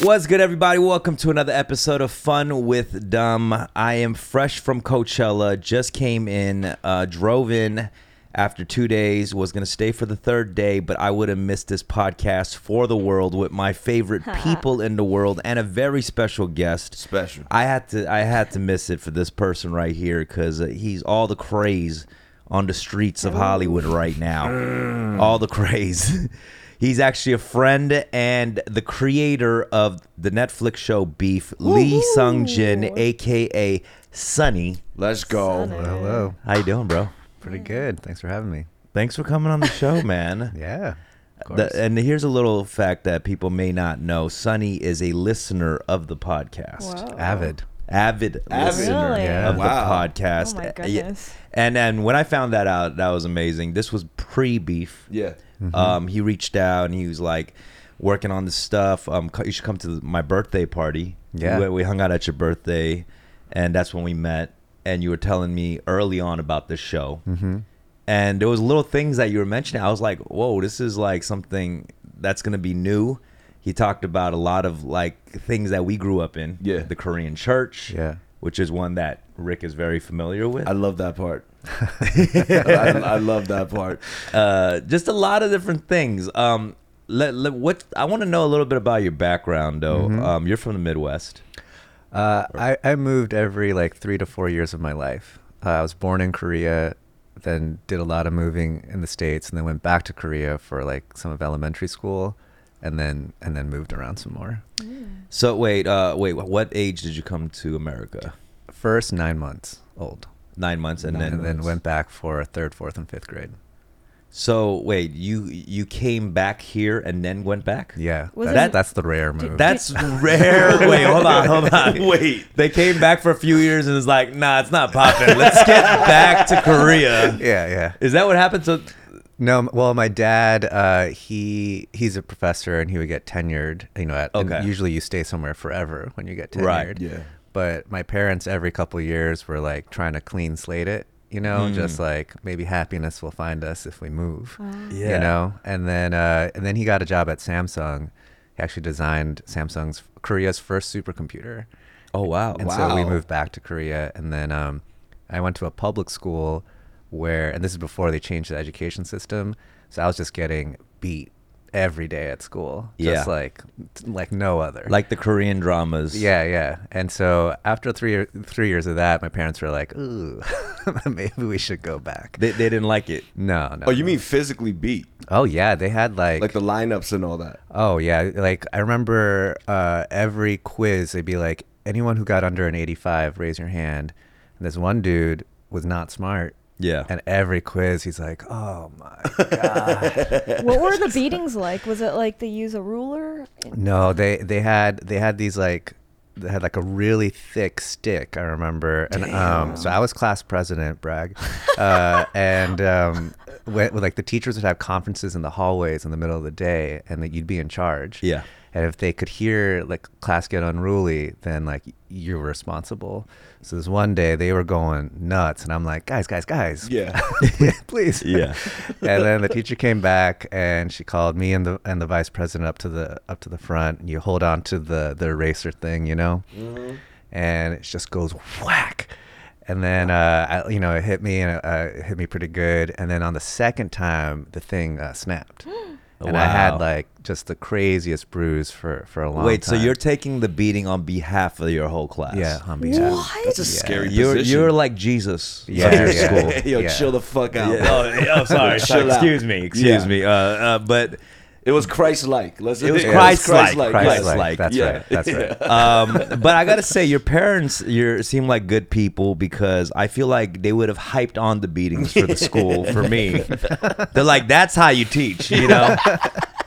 What's good, everybody? Welcome to another episode of Fun with Dumb. I am fresh from Coachella. Just came in, uh, drove in after two days. Was going to stay for the third day, but I would have missed this podcast for the world with my favorite people in the world and a very special guest. Special. I had to I had to miss it for this person right here because he's all the craze on the streets of Hollywood right Mm. now. all the craze. he's actually a friend and the creator of the Netflix show Beef, Lee Sung Jin, aka Sunny. Let's go. Hello. How you doing, bro? Pretty good. Thanks for having me. Thanks for coming on the show, man. Yeah. Of course. The- and here's a little fact that people may not know. Sunny is a listener of the podcast. Avid. avid, listener Really? Yeah. of Wow. the podcast. Oh my Uh, goodness. And then when I found that out, that was amazing. This was pre beef. Yeah. Um, he reached out and he was like working on the stuff. Um, co- you should come to my birthday party. Yeah. we, we hung out at your birthday, and that's when we met. And you were telling me early on about this show, mm-hmm. and there was little things that you were mentioning. I was like, "Whoa, this is like something that's gonna be new." He talked about a lot of like things that we grew up in. Yeah. the Korean church. Yeah. which is one that Rick is very familiar with. I love that part. I, I love that part. uh, just a lot of different things. Um, let, let- what I want to know a little bit about your background, though. Mm-hmm. Um, you're from the Midwest. Uh, I, I moved every like three to four years of my life. Uh, I was born in Korea, then did a lot of moving in the States, and then went back to Korea for like some of elementary school, and then and then moved around some more. So wait, uh, wait. What age did you come to America? First nine months old, Nine months, and then and then went back for third, fourth, and fifth grade. So wait, you you came back here and then went back. Yeah, Was that's, it- that's the rare move. That's rare. Wait, hold on, hold on. Wait. They came back for a few years and it's like, nah, it's not popping. Let's get back to Korea. yeah, yeah. Is that what happened? So No, m- well, my dad, uh, he he's a professor, and he would get tenured. You know, at, and Okay. usually you stay somewhere forever when you get tenured. Right, yeah. But my parents, every couple years, were like trying to clean slate it. You know, Hmm. just like maybe happiness will find us if we move. Yeah. You know, and then uh, and then he got a job at Samsung. He actually designed Samsung's Korea's first supercomputer. oh wow, And so we moved back to Korea, and then um, I went to a public school where, and this is before they changed the education system. So I was just getting beat every day at school, just Yeah. like like no other. Like the Korean dramas. yeah, yeah. And so after three year, three years of that, my parents were like, "Ooh, maybe we should go back." They, they didn't like it. No, no. Oh, you no. mean physically beat? Oh yeah, they had like, Like the lineups and all that. oh yeah, like I remember uh, every quiz they'd be like, "Anyone who got under an eighty-five, raise your hand." And this one dude was not smart. Yeah. And every quiz, he's like, "Oh my What were the beatings like? Was it like they use a ruler? no!" They they had they had these like they had like a really thick stick. I remember, and um, so I was class president, brag, uh, and um, when, when, like the teachers would have conferences in the hallways in the middle of the day, and that you'd be in charge. Yeah. And if they could hear like class get unruly, then like you were responsible. So this one day they were going nuts, and I'm like, guys, guys, guys, Yeah. please, Yeah. and then the teacher came back and she called me and the and the vice president up to the up to the front and you hold on to the the eraser thing you know Mm-hmm. and it just goes whack and then uh I, you know it hit me and uh, it hit me pretty good and then on the second time the thing uh, snapped and i Wow. had like just the craziest bruise for for a long Wait, time so you're taking the beating on behalf of your whole class? yeah on behalf What? That's a scary You're position. you're like Jesus. of Yeah, your yeah. school. Hey, yo, Yeah. chill the fuck out. bro. Oh, oh, sorry. sorry, Chill out. excuse me. Excuse Yeah. me. Uh, uh, but It was Christ-like. Let's. It was Yeah, Christ-like, yes. Christ-like, Christ-like, that's yeah. right that's right um, but I gotta say, your parents you seem like good people because I feel like they would have hyped on the beatings for the school for me. They're like, that's how you teach, you know.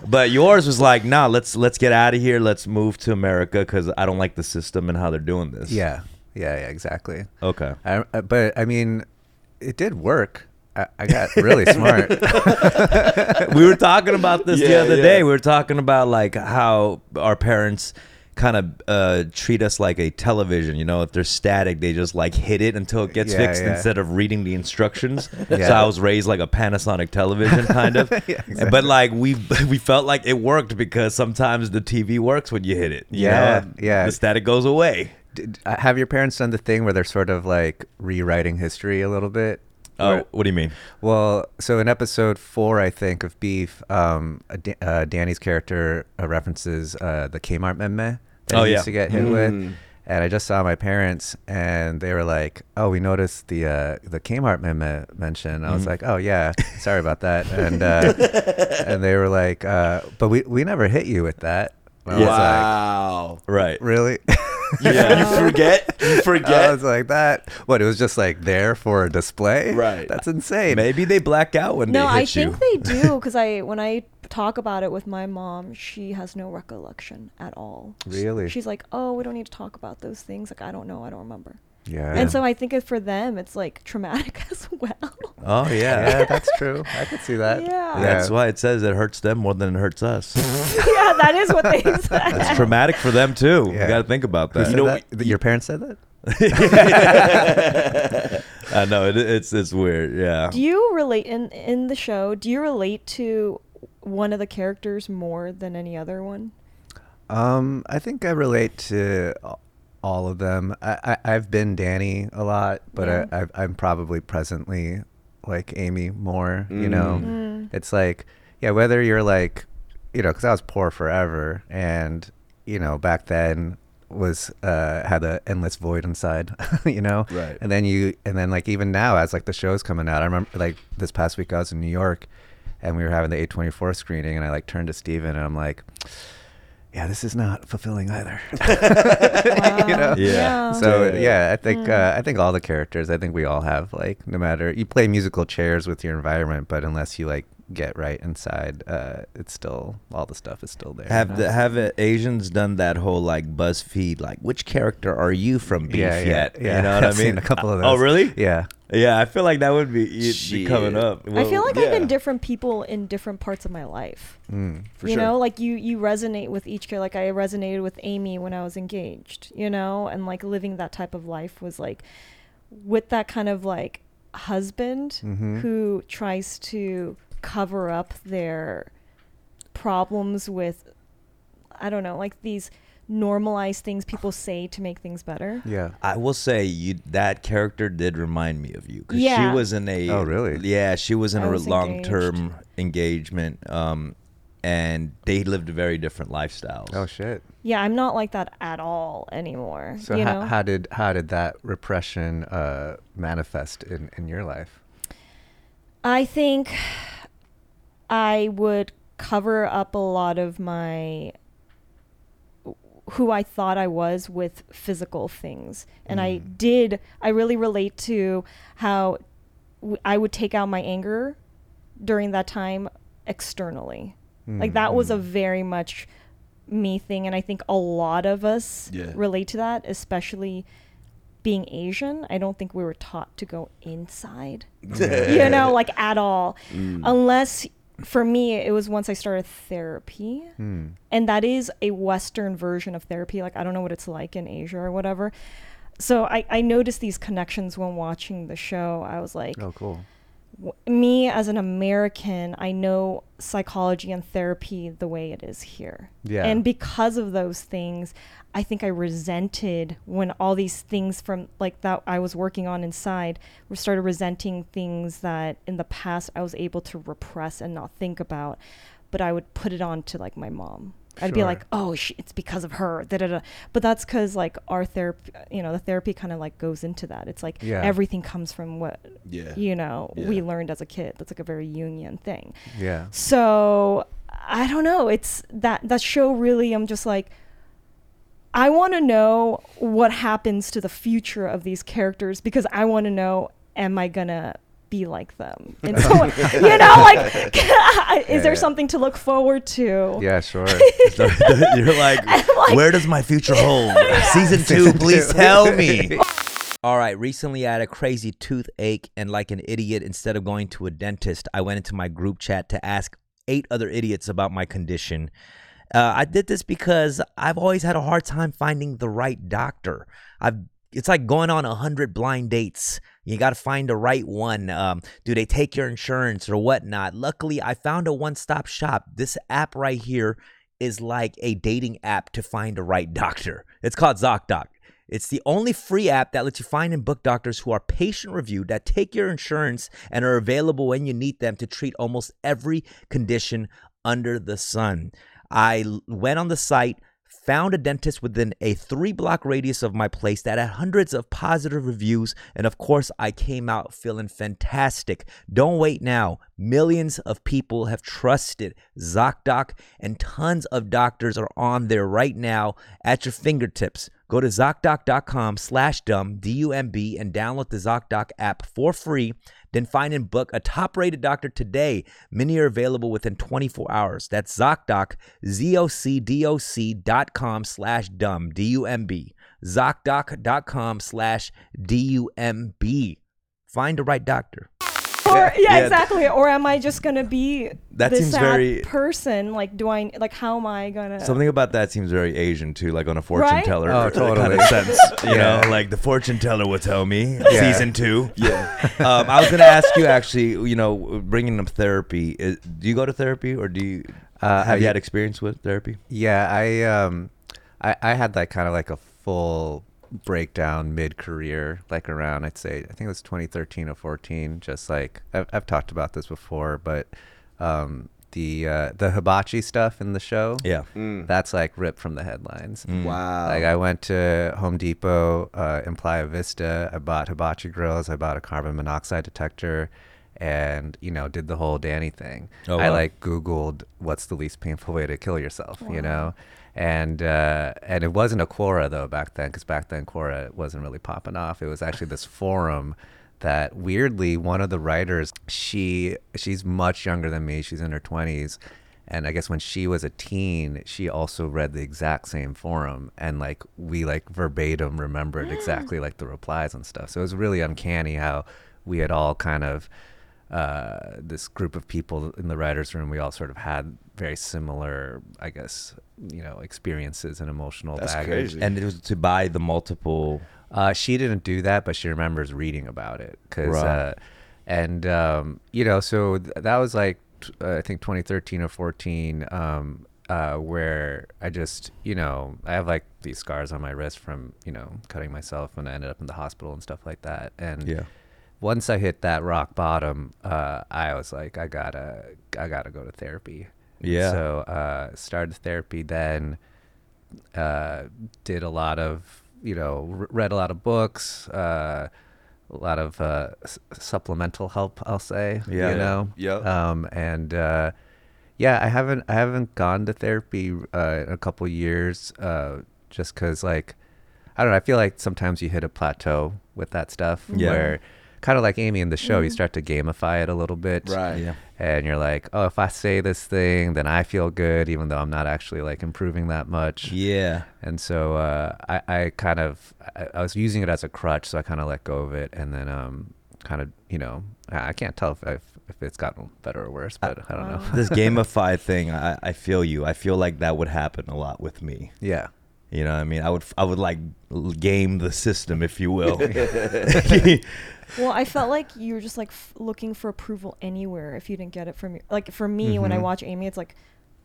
But yours was like, nah, let's let's get out of here. Let's move to America because I don't like the system and how they're doing this. yeah yeah yeah exactly Okay. I, I- but I mean, it did work. I, I got really smart. we were talking about this the Yeah, other yeah. day. We were talking about like how our parents kind of uh, treat us like a television. You know, if they're static, they just like hit it until it gets Yeah, fixed yeah. instead of reading the instructions. Yeah. So I was raised like a Panasonic television, kind of. But like we we felt like it worked because sometimes the TV works when you hit it. you Yeah, know? yeah. The static goes away. Did, uh, have your parents done the thing where they're sort of like rewriting history a little bit? Oh, Where- what do you mean? Well, so in episode four, I think of Beef, um, uh, Da- uh, Danny's character uh, references uh, the Kmart meme that Oh, he yeah. used to get hit Mm. with, and I just saw my parents, and they were like, "Oh, we noticed the uh, the Kmart meme mention." Mm. I was like, "Oh yeah, sorry about that," and uh, and they were like, uh, "But we we never hit you with that." And I was like, Wow. Right. "Really?" You- Uh, Yeah. You forget. You I forget. was like, "That what? It was just like there for a display, Right. That's insane." Maybe they black out when No, they hit I you. think they do because I when I talk about it with my mom, she has no recollection at all. Really? She's like, "Oh, we don't need to talk about those things. Like, I don't know. I don't remember." Yeah. And so I think it, for them, it's like traumatic as well. Oh yeah. yeah, that's true. I could see that. Yeah. That's why it says it hurts them more than it hurts us. yeah, that is what they said. It's traumatic for them too. You Yeah. got to think about Who that. said know, that? Th- your parents said that. I know it, it's it's weird. Yeah. Do you relate in in the show? Do you relate to one of the characters more than any other one? Um, I think I relate to a- all of them. I, I I've been Danny a lot, but Yeah. I, I I'm probably presently like Amy more. You know, it's like yeah, whether you're like, you know, because I was poor forever, and you know back then was uh had the endless void inside you know Right. and then you and then like even now as like the show's coming out i remember like this past week i was in new york and we were having the 824 screening and i like turned to steven and i'm like yeah, this is not fulfilling either. you know? Wow. Um, Oh. Hmm. Yeah. So Yeah. yeah, I think uh, I think all the characters. I think we all have like no matter you play musical chairs with your environment, but unless you like get right inside, uh, it's still all the stuff is still there. Have the, have uh, Asians done that whole like BuzzFeed like which character are you from Beef yeah, yeah, yet? Yeah, You know what I've I mean? Seen a couple of those. Oh really? Yeah. Yeah, I feel like that would be, it'd be Shit. coming up. I feel like I've yeah. been different people in different parts of my life. Mm. For you sure. know, like you you resonate with each character. Like I resonated with Amy when I was engaged. You know, and like living that type of life was like with that kind of like husband Mhm. who tries to cover up their problems with I don't know, like these normalized things people say to make things better. Yeah. I will say you that character did remind me of you because Yeah. she was in a Oh, really? yeah she was in I a was long term engagement um and they lived very different lifestyles. Oh shit. Yeah, I'm not like that at all anymore. So you ho- know? how did how did that repression uh, manifest in in your life? I think I would cover up a lot of my who I thought I was with physical things. And I did, I really relate to how w- I would take out my anger during that time externally. Like that was a very much me thing. And I think a lot of us Yeah. relate to that, especially being Asian. I don't think we were taught to go inside you know, like at all. Unless for me, it was once I started therapy, and that is a Western version of therapy. Like, I don't know what it's like in Asia or whatever. So I, I noticed these connections when watching the show. I was like, Oh, cool. w- me as an American, I know psychology and therapy the way it is here. Yeah. And because of those things, I think I resented when all these things from like that I was working on inside were started resenting things that in the past I was able to repress and not think about, but I would put it on to like my mom. I'd be Sure. like, oh, she, it's because of her. Da, da, da. But that's because like our therapy, you know, the therapy kind of like goes into that. It's like Yeah. everything comes from what Yeah. you know we Yeah. learned as a kid that's like a very union thing Yeah. so i don't know it's that that show really i'm just like i want to know what happens to the future of these characters because i want to know am i gonna be like them and so you know like is yeah. there something to look forward to Yeah. Sure. So you're like, like- where does my future hold? Season two, Season please two. tell me. All right, recently I had a crazy toothache, and like an idiot, instead of going to a dentist, I went into my group chat to ask eight other idiots about my condition. Uh, I did this because I've always had a hard time finding the right doctor. I've it's like going on a hundred blind dates. You got to find the right one. Um, do they take your insurance or whatnot? Luckily, I found a one-stop shop. This app right here is like a dating app to find the right doctor. It's called ZocDoc. It's the only free app that lets you find and book doctors who are patient reviewed, that take your insurance, and are available when you need them to treat almost every condition under the sun. I l- went on the site, found a dentist within a three block radius of my place that had hundreds of positive reviews, and of course, I came out feeling fantastic. Don't wait now. Millions of people have trusted ZocDoc, and tons of doctors are on there right now at your fingertips. Go to ZocDoc.com slash dumb, D-U-M-B, and download the ZocDoc app for free. Then find and book a top-rated doctor today. Many are available within 24 hours. That's ZocDoc, Z-O-C-D-O-C dot com slash dumb, D-U-M-B. ZocDoc.com slash D-U-M-B. Find the right doctor. Or, yeah, yeah. exactly. Or am I just gonna be That the seems sad very- person? Like, do I like how am I gonna? Something about that seems very Asian too, like on a fortune Right? teller. Oh, Kind totally. of sense, you Yeah. know, like the fortune teller will tell me Yeah. season two. Yeah. um, I was going to ask you actually, you know, bringing up therapy. Is, do you go to therapy or do you Uh, have I- you had experience with therapy? Yeah, I um, I, I had like kind of like a full breakdown mid career, like around I'd say I think it was 2013 or 14. Just like I've, I've talked about this before, but um, the uh, the hibachi stuff in the show, Yeah. that's like ripped from the headlines. Wow. Like I went to Home Depot uh, in Playa Vista. I bought hibachi grills. I bought a carbon monoxide detector, and you know did the whole Danny thing. Oh, I wow. like Googled what's the least painful way to kill yourself. You know, and uh, and it wasn't a Quora though back then, because back then Quora wasn't really popping off. It was actually this forum that weirdly one of the writers she she's much younger than me. She's in her twenties. And I guess when she was a teen, she also read the exact same forum, and like we like verbatim remembered exactly like the replies and stuff. So it was really uncanny how we had all kind of uh, this group of people in the writers' room. We all sort of had very similar, I guess, you know, experiences and emotional That's baggage. crazy. And it was to buy the multiple. Uh, she didn't do that, but she remembers reading about it. 'cause, Right. uh, and um, you know, so th- that was like t- uh, I think 2013 or 14, um, uh, where I just you know I have like these scars on my wrist from you know cutting myself when I ended up in the hospital and stuff like that. And Yeah. once I hit that rock bottom, uh, I was like, I gotta, I gotta go to therapy. Yeah. So uh, started therapy then. Uh, did a lot of, you know, r- read a lot of books, uh, a lot of uh, s- supplemental help, I'll say. Yeah. You know. Yeah. Um, and uh, yeah, I haven't, I haven't gone to therapy uh, in a couple years, uh, just because like, I don't know. I feel like sometimes you hit a plateau with that stuff Yeah. where kind of like Amy in the show, you Mm-hmm. start to gamify it a little bit. Right. Yeah. And you're like, oh, if I say this thing, then I feel good, even though I'm not actually like improving that much. Yeah. And so uh, I, I kind of, I, I was using it as a crutch, so I kind of let go of it, and then um, kind of, you know, I I can't tell if if, if it's gotten better or worse, but I don't know. Wow. This gamify thing, I, I feel you. I feel like that would happen a lot with me. yeah. You know what I mean? I would I would like game the system, if you will. Well, I felt like you were just like f- looking for approval anywhere if you didn't get it from your. Like for me, when I Mhm. watch Amy, it's like,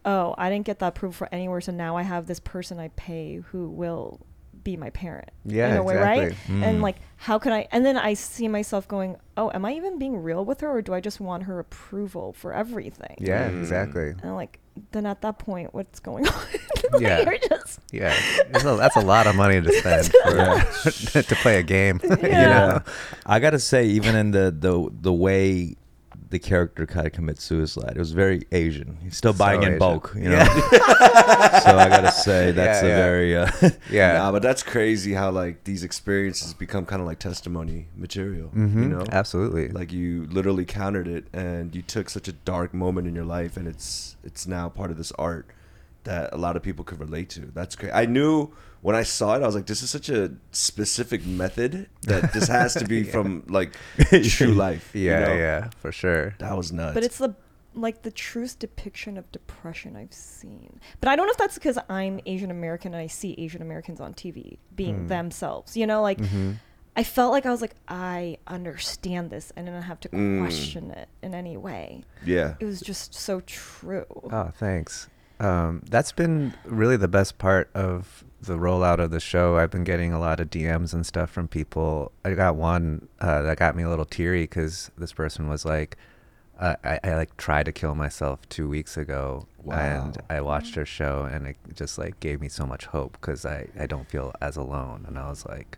oh, I didn't get that approval from anywhere, so now I have this person I pay who will be my parent. Yeah, in a way, right? exactly. Mm. And like, how can I? And then I see myself going, oh, am I even being real with her, or do I just want her approval for everything? Yeah, Mm. exactly. And like, then at that point, what's going on? Yeah. yeah. You're just Yeah, that's a, that's a lot of money to spend for, to play a game. you Yeah. know? I gotta say, even in the the the way the character kind of commits suicide, it was very Asian. He's still So buying in Asian. bulk, you know. Yeah. so I gotta say that's Yeah, a yeah. very uh, Yeah, Nah, but that's crazy how like these experiences become kind of like testimony material. You Mhm. know, absolutely. like you literally countered it, and you took such a dark moment in your life, and it's it's now part of this art that a lot of people could relate to. That's great. I knew when I saw it, I was like, this is such a specific method that this has to be from like true life. you yeah, know? yeah, for sure. That was nuts. but it's the like the truest depiction of depression I've seen. But I don't know if that's because I'm Asian American and I see Asian Americans on TV being Hmm. Mm. themselves. You know, like Mm-hmm. Mhm. I felt like I was like I understand this and I didn't have to Mm. question it in any way. Yeah. It was just so true. Oh, thanks. Um, that's been really the best part of the rollout of the show. I've been getting a lot of DMs and stuff from people. I got one uh, that got me a little teary because this person was like, uh, I, "I like tried to kill myself two weeks ago, Wow. and I watched her show, and it just like gave me so much hope because I I don't feel as alone." And I was like,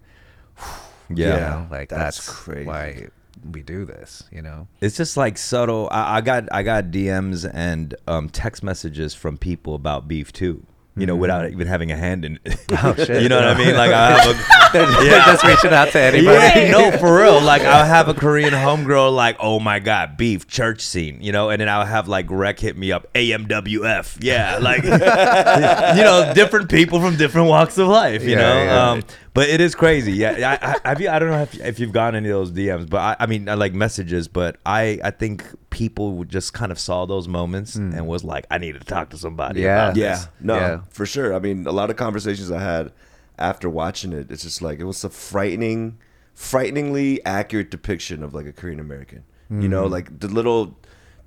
Yeah. you know, like That's that's, crazy. why we do this, you know." It's just like subtle. I, I got I got DMs and um, text messages from people about beef too. You know, Mhm. without even having a hand in it. Oh, shit. you know what I mean? Like I have a Yeah, just reaching out to anybody. Yeah, no, for real. Like I'll have a Korean homegirl like, oh my god, beef church scene, you know, and then I'll have like Rec hit me up, AMWF, yeah, like you know, different people from different walks of life, you Yeah, know. yeah. Um, but it is crazy. Yeah, I, I, have you, I don't know if, if you've gotten any of those DMs, but I, I mean, I like messages, but I, I think people would just kind of saw those moments and was like, I need to talk to somebody. Hmm. Yeah. about this." Yeah, no, Yeah. for sure. I mean, a lot of conversations I had after watching it, it's just like it was a frightening, frighteningly accurate depiction of like a Korean American. You Mm. know, like the little,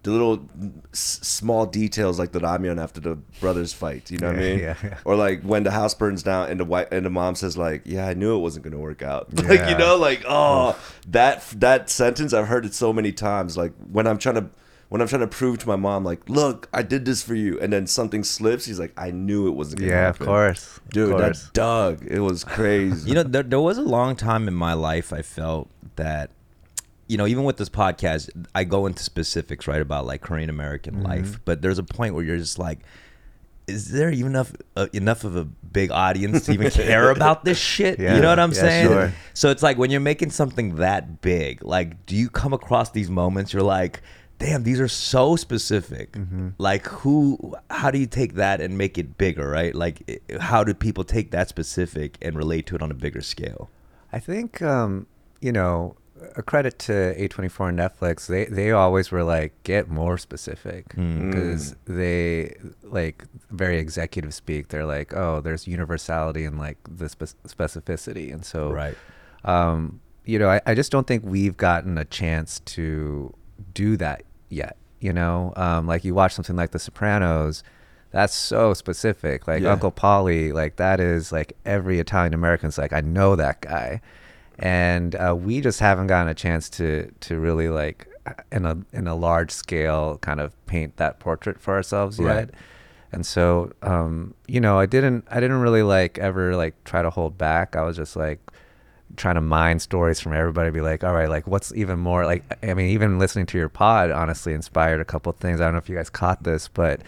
the little s- small details, like the ramyun after the brothers fight. You know what I Yeah, mean? yeah, yeah. Or like when the house burns down and the wife and the mom says like, "Yeah, I knew it wasn't gonna work out." like you Yeah. know, like oh, that that sentence I've heard it so many times. Like when I'm trying to when I'm trying to prove to my mom, like, look, I did this for you, and then something slips. He's like, I knew it wasn't. Gonna Yeah, of happen. course. Of dude. course. That dug. It was crazy. you know there, there was a long time in my life i felt that you know even with this podcast i go into specifics right about like korean american life but there's a point where you're just like is there even enough uh, enough of a big audience to even care about this shit Yeah. you know what i'm Yeah, saying sure. so it's like when you're making something that big like do you come across these moments you're like damn these are so specific Mm-hmm. like who how do you take that and make it bigger right like i- how do people take that specific and relate to it on a bigger scale I think um, you know a credit to A24 and Netflix. They they always were like get more specific because they like very executive speak. They're like oh there's universality and like the spe- specificity and so Right. Um, you know I, I just don't think we've gotten a chance to do that yet. You know um, like you watch something like The Sopranos. That's so specific. Like Yeah. Uncle Polly, like that is like every Italian American's like, I know that guy, and uh, we just haven't gotten a chance to to really like in a in a large scale kind of paint that portrait for ourselves Right. yet. And so, um, you know, I didn't I didn't really like ever like try to hold back. I was just like trying to mine stories from everybody be like all right like what's even more like i mean even listening to your pod honestly inspired a couple things i don't know if you guys caught this but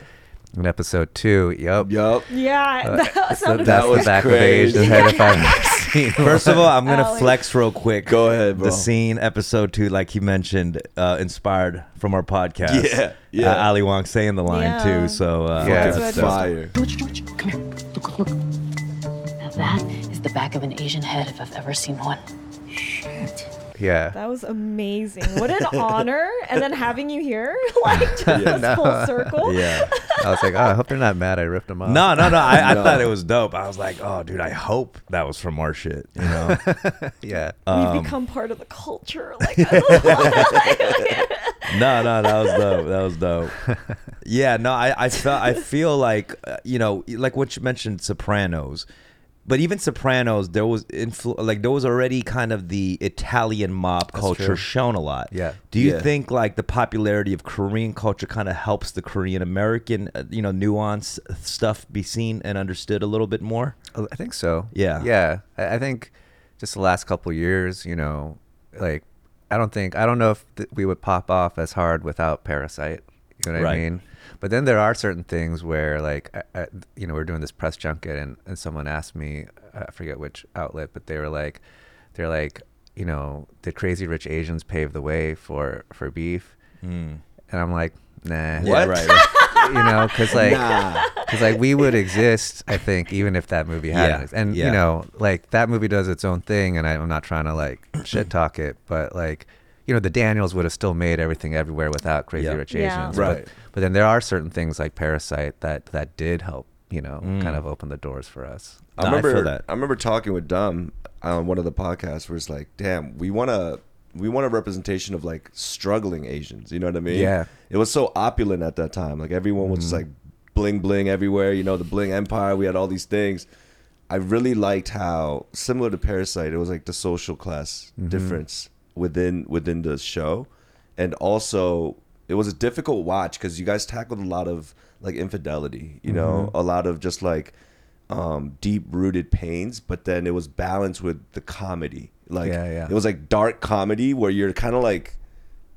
in episode two yep yup. Yeah, Uh, that so sounded that that's was the back of the crazy. Asian head if I've ever seen one. First of all, I'm gonna Alex. flex real quick. Go ahead, bro. The scene episode two, like you mentioned, uh, inspired from our podcast. Yeah, yeah. Uh, Ali Wong saying the line Yeah. too. So uh, Yeah. that's- Fucking That's that's- fire. George, George, come here. Look, look, look. Now that is the back of an Asian head if I've ever seen one. yeah That was amazing. What an honor. And then having you here, like, just full circle. yeah. i was like oh i hope they're not mad i ripped them off No, no, no. I, I No. thought it was dope. I was like, oh, dude, I hope that was from our shit. You know. yeah We've um, become part of the culture. Like, I don't no, know. no, that was dope. That was dope. Yeah, no, I I felt I feel like uh, you know, like what you mentioned, Sopranos, but even Sopranos, there was influ- like there was already kind of the Italian mob culture true. shown a lot. Yeah. Do you Yeah. think like the popularity of Korean culture kind of helps the Korean American, uh, you know, nuance stuff be seen and understood a little bit more? Oh, I think so. Yeah. Yeah. I, I think just the last couple years, you know, like I don't think I don't know if th- we would pop off as hard without Parasite. You know what Right. I mean? But then there are certain things where, like, I, I, you know, we're doing this press junket, and, and someone asked me, I forget which outlet, but they were like, they're like, you know, did Crazy Rich Asians pave the way for for beef? And I'm like, nah. Yeah, What? right. You know, because like, Nah. because like we would exist, I think, even if that movie Yeah, hadn't. And yeah. you know, like that movie does its own thing, and I, I'm not trying to like shit talk it, but like you know, the Daniels would have still made everything everywhere without Crazy Yeah. Rich Yeah. Asians. Right. But, but then there are certain things like Parasite that that did help, you know, Mm. kind of open the doors for us. I No, I feel remember that. I remember talking with Dom on one of the podcasts where it's like, damn, we want to we want a representation of like struggling Asians. You know what I mean? Yeah. It was so opulent at that time. Like everyone was Mm-hmm. just like bling bling everywhere. You know, the bling empire. We had all these things. I really liked how similar to Parasite, it was like the social class Mm-hmm. difference within within the show, and also it was a difficult watch because you guys tackled a lot of like infidelity. You know, Mm-hmm. a lot of just like um, deep rooted pains, but then it was balanced with the comedy. Like Yeah, yeah. it was like dark comedy where you're kind of like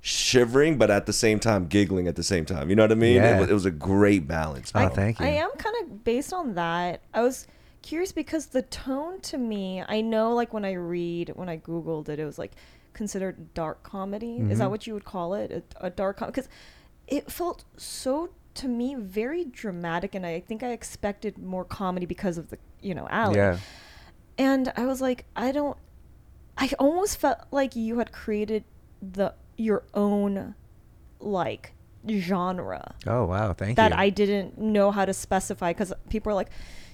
shivering, but at the same time giggling at the same time. You know what I mean? Yeah. It, was, it was a great balance. Oh, bro. thank you. I am kind of based on that. I was curious because the tone to me, I know like when I read, when I googled it, it was like considered dark comedy. Is Mm-hmm. that what you would call it? A, a dark comedy? Because it felt so to me very dramatic, and I think I expected more comedy because of the you know Alan. Yeah. And I was like, I don't. I almost felt like you had created the your own like genre Oh wow, thank that you. I didn't know how to specify because people are like,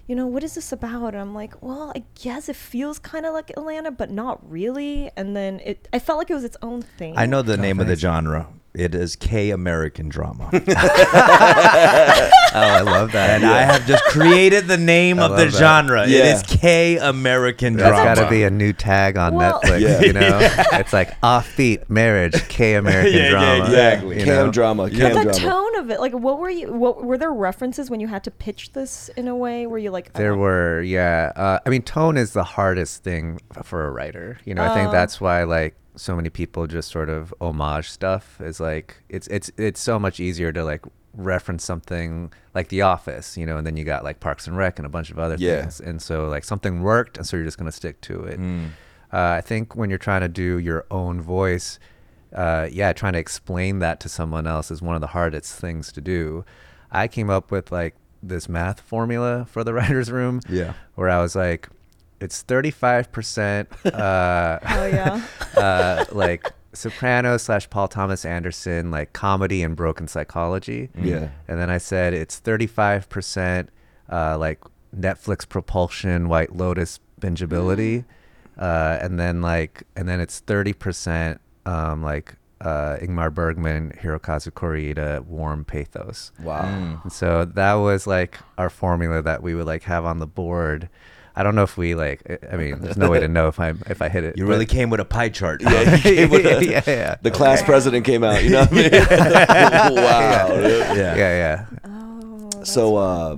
you know, what is this about? And I'm like, well, I guess it feels kind of like Atlanta, but not really. And then it, I felt like it was its own thing. I know the name of the genre. It is K American drama. oh, I love that. And I have just created the name I of the love that. genre. It Yeah. is K American That's drama. got to be a new tag on Well- Netflix. Yeah. You know, it's like offbeat marriage, K American Yeah, yeah, drama. Exactly. you Cam know? drama. Cam But the drama. tone of it, like, what were you? What were there references when you had to pitch this in a way? Were you like, There oh, were, yeah. Uh, I mean, tone is the hardest thing f- for a writer. You know, I think Oh. that's why like so many people just sort of homage stuff is like it's it's it's so much easier to like reference something like The Office, you know, and then you got like Parks and Rec and a bunch of other Yeah. things, and so like something worked, and so you're just gonna stick to it. Uh, I think when you're trying to do your own voice, uh, yeah, trying to explain that to someone else is one of the hardest things to do. I came up with like this math formula for the writer's room. Yeah. Where I was like, it's 35%, uh, oh yeah, uh, like soprano slash Paul Thomas Anderson, like comedy and broken psychology. Yeah. And then I said it's 35% uh, like Netflix propulsion, White Lotus bingeability. Uh, and then like, and then it's 30% um, like uh, Ingmar Bergman, Hirokazu Koreeda, warm pathos. Wow. And so that was like our formula that we would like have on the board. I don't know if we like. I- I mean, there's no way to know if I am if I hit it. You really but- came with a pie chart. Yeah, he came with a- yeah, yeah. The class president came out. You know what I mean? wow. dude. Yeah. yeah, yeah. oh, that's- Mm-hmm. So, uh,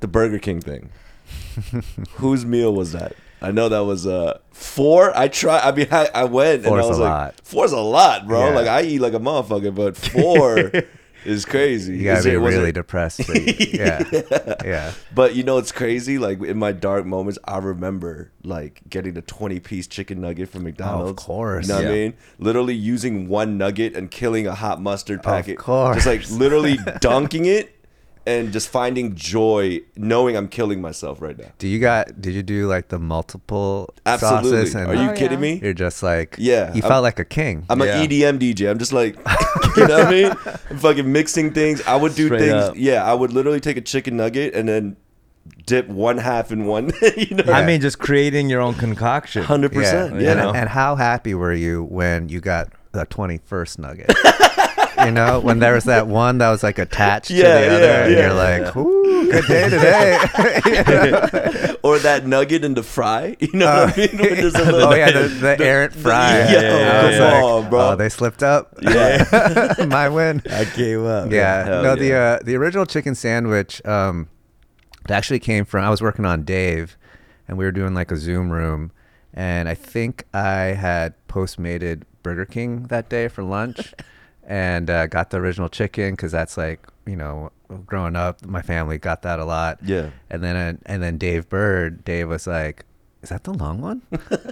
the Burger King thing. Whose meal was that? I know that was uh four. I try. I mean, I, I went and Four's I was a like, lot. four's a lot, bro. Yeah. Like I eat like a motherfucker, but four is crazy. You gotta Is be it- was really it- depressed. For yeah, yeah. But you know, it's crazy. Like in my dark moments, I remember like getting the twenty-piece chicken nugget from McDonald's. course. you know what Yeah. I mean? Literally using one nugget and killing a hot mustard packet. course. just like literally dunking it and just finding joy, knowing I'm killing myself right now. Do you got? Did you do like the multiple Absolutely. sauces? And Are you Oh, kidding yeah. me? You're just like Yeah, You I'm- felt like a king. I'm E Yeah. an EDM DJ. I'm just like, you know what I mean? I'm fucking mixing things. I would do Straight things. up. Yeah, I would literally take a chicken nugget and then dip one half in one. you know, I mean, just creating your own concoction. hundred percent. Yeah. you know. And, and how happy were you when you got the 21st nugget? you know, when there was that one that was like attached Yeah, to the yeah, other, and yeah. you're like, "Ooh, good day today." or that nugget and the fry. You know what I mean? When there's a little- oh yeah, the, the errant fry. yeah, yeah, I was yeah. like, Come on, bro. Oh, they slipped up. Yeah. My win. I gave up. Yeah. Hell no, the yeah. uh, the original chicken sandwich um, it actually came from I was working on Dave, and we were doing like a Zoom room, and I think I had postmated Burger King that day for lunch, and uh, got the original chicken because that's like you know growing up my family got that a lot. uh, Yeah. And then and then Dave Bird, Dave was like, is that the long one?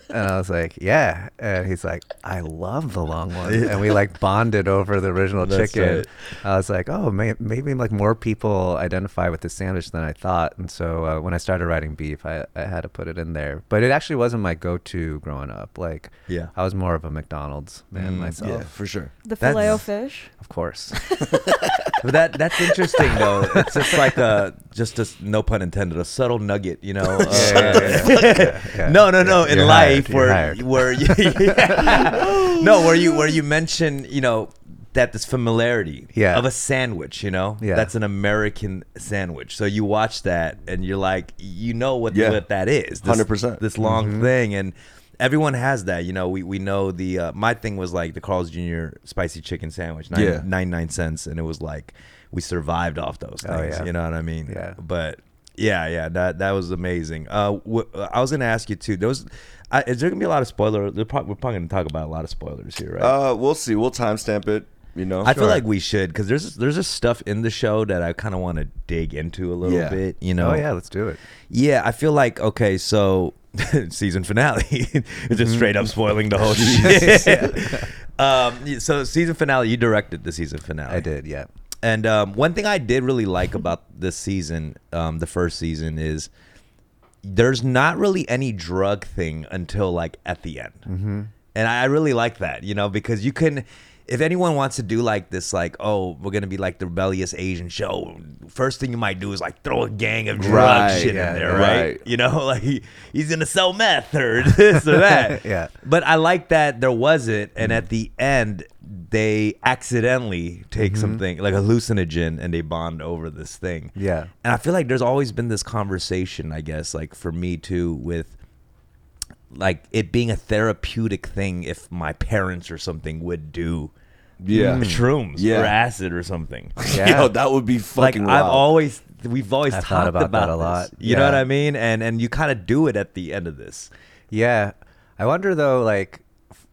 and I was like, yeah. And he's like, I love the long one. And we like bonded over the original That's chicken. right. I was like, oh, may- maybe like more people identify with this sandwich than I thought. And so uh, when I started writing beef, I, I had to put it in there. But it actually wasn't my go-to growing up. Like, Yeah. Mm, I was more of a McDonald's man myself. Yeah, for sure. The That's- filet o fish. Of course. But that that's interesting though. It's just like a just a no pun intended, a subtle nugget, you know. uh, Yeah, yeah, yeah, yeah, yeah. No, no, no. In You're life, hired, you're where hired. where you, no, where you where you mention, you know, that this familiarity Yeah. of a sandwich, you know, Yeah. that's an American sandwich. So you watch that and you're like, you know what Yeah. what that is, This- 100%. this long Mm-hmm. thing, and everyone has that. You know, we we know the uh, my thing was like the Carl's Jr. spicy chicken sandwich, nine, Yeah. 99 cents, and it was like we survived off those Oh, things. yeah. You know what I mean? Yeah. But yeah, yeah, that that was amazing. Uh, wh- I was gonna ask you too. There was, I, is there gonna be a lot of spoiler? We're probably, we're probably gonna talk about a lot of spoilers here, Oh, right? Uh, we'll see. We'll timestamp it. You know, I feel like we should because there's there's just stuff in the show that I kind of want to dig into a little Yeah. bit. You know? Oh, yeah, let's do it. Yeah, I feel like okay, so season finale, It's just straight Mm. up spoiling the whole shit. um, so season finale, you directed the season finale. I did, yeah. And um, one thing I did really like about this season, um, the first season, is there's not really any drug thing until like at the end. Mm-hmm. And I I really like that, you know, because you can, if anyone wants to do like this, like, oh, we're going to be like the rebellious Asian show, first thing you might do is like throw a gang of drug Right, shit yeah, in there, yeah. right? Right. You know, like he, he's going to sell meth or this or that. Yeah. But I like that there wasn't, and at the end they accidentally take something like a hallucinogen and they bond over this thing. Yeah. And I feel like there's always been this conversation, I guess, like for me too, with like it being a therapeutic thing if my parents or something would do Mm. yeah, shrooms Yeah. or acid or something. Yeah. Yo, that would be like fucking I've wild. always we've always I've talked thought about, about that a lot. this. You know what Yeah. I mean? And and you kind of do it at the end of this. Yeah. I wonder though, like,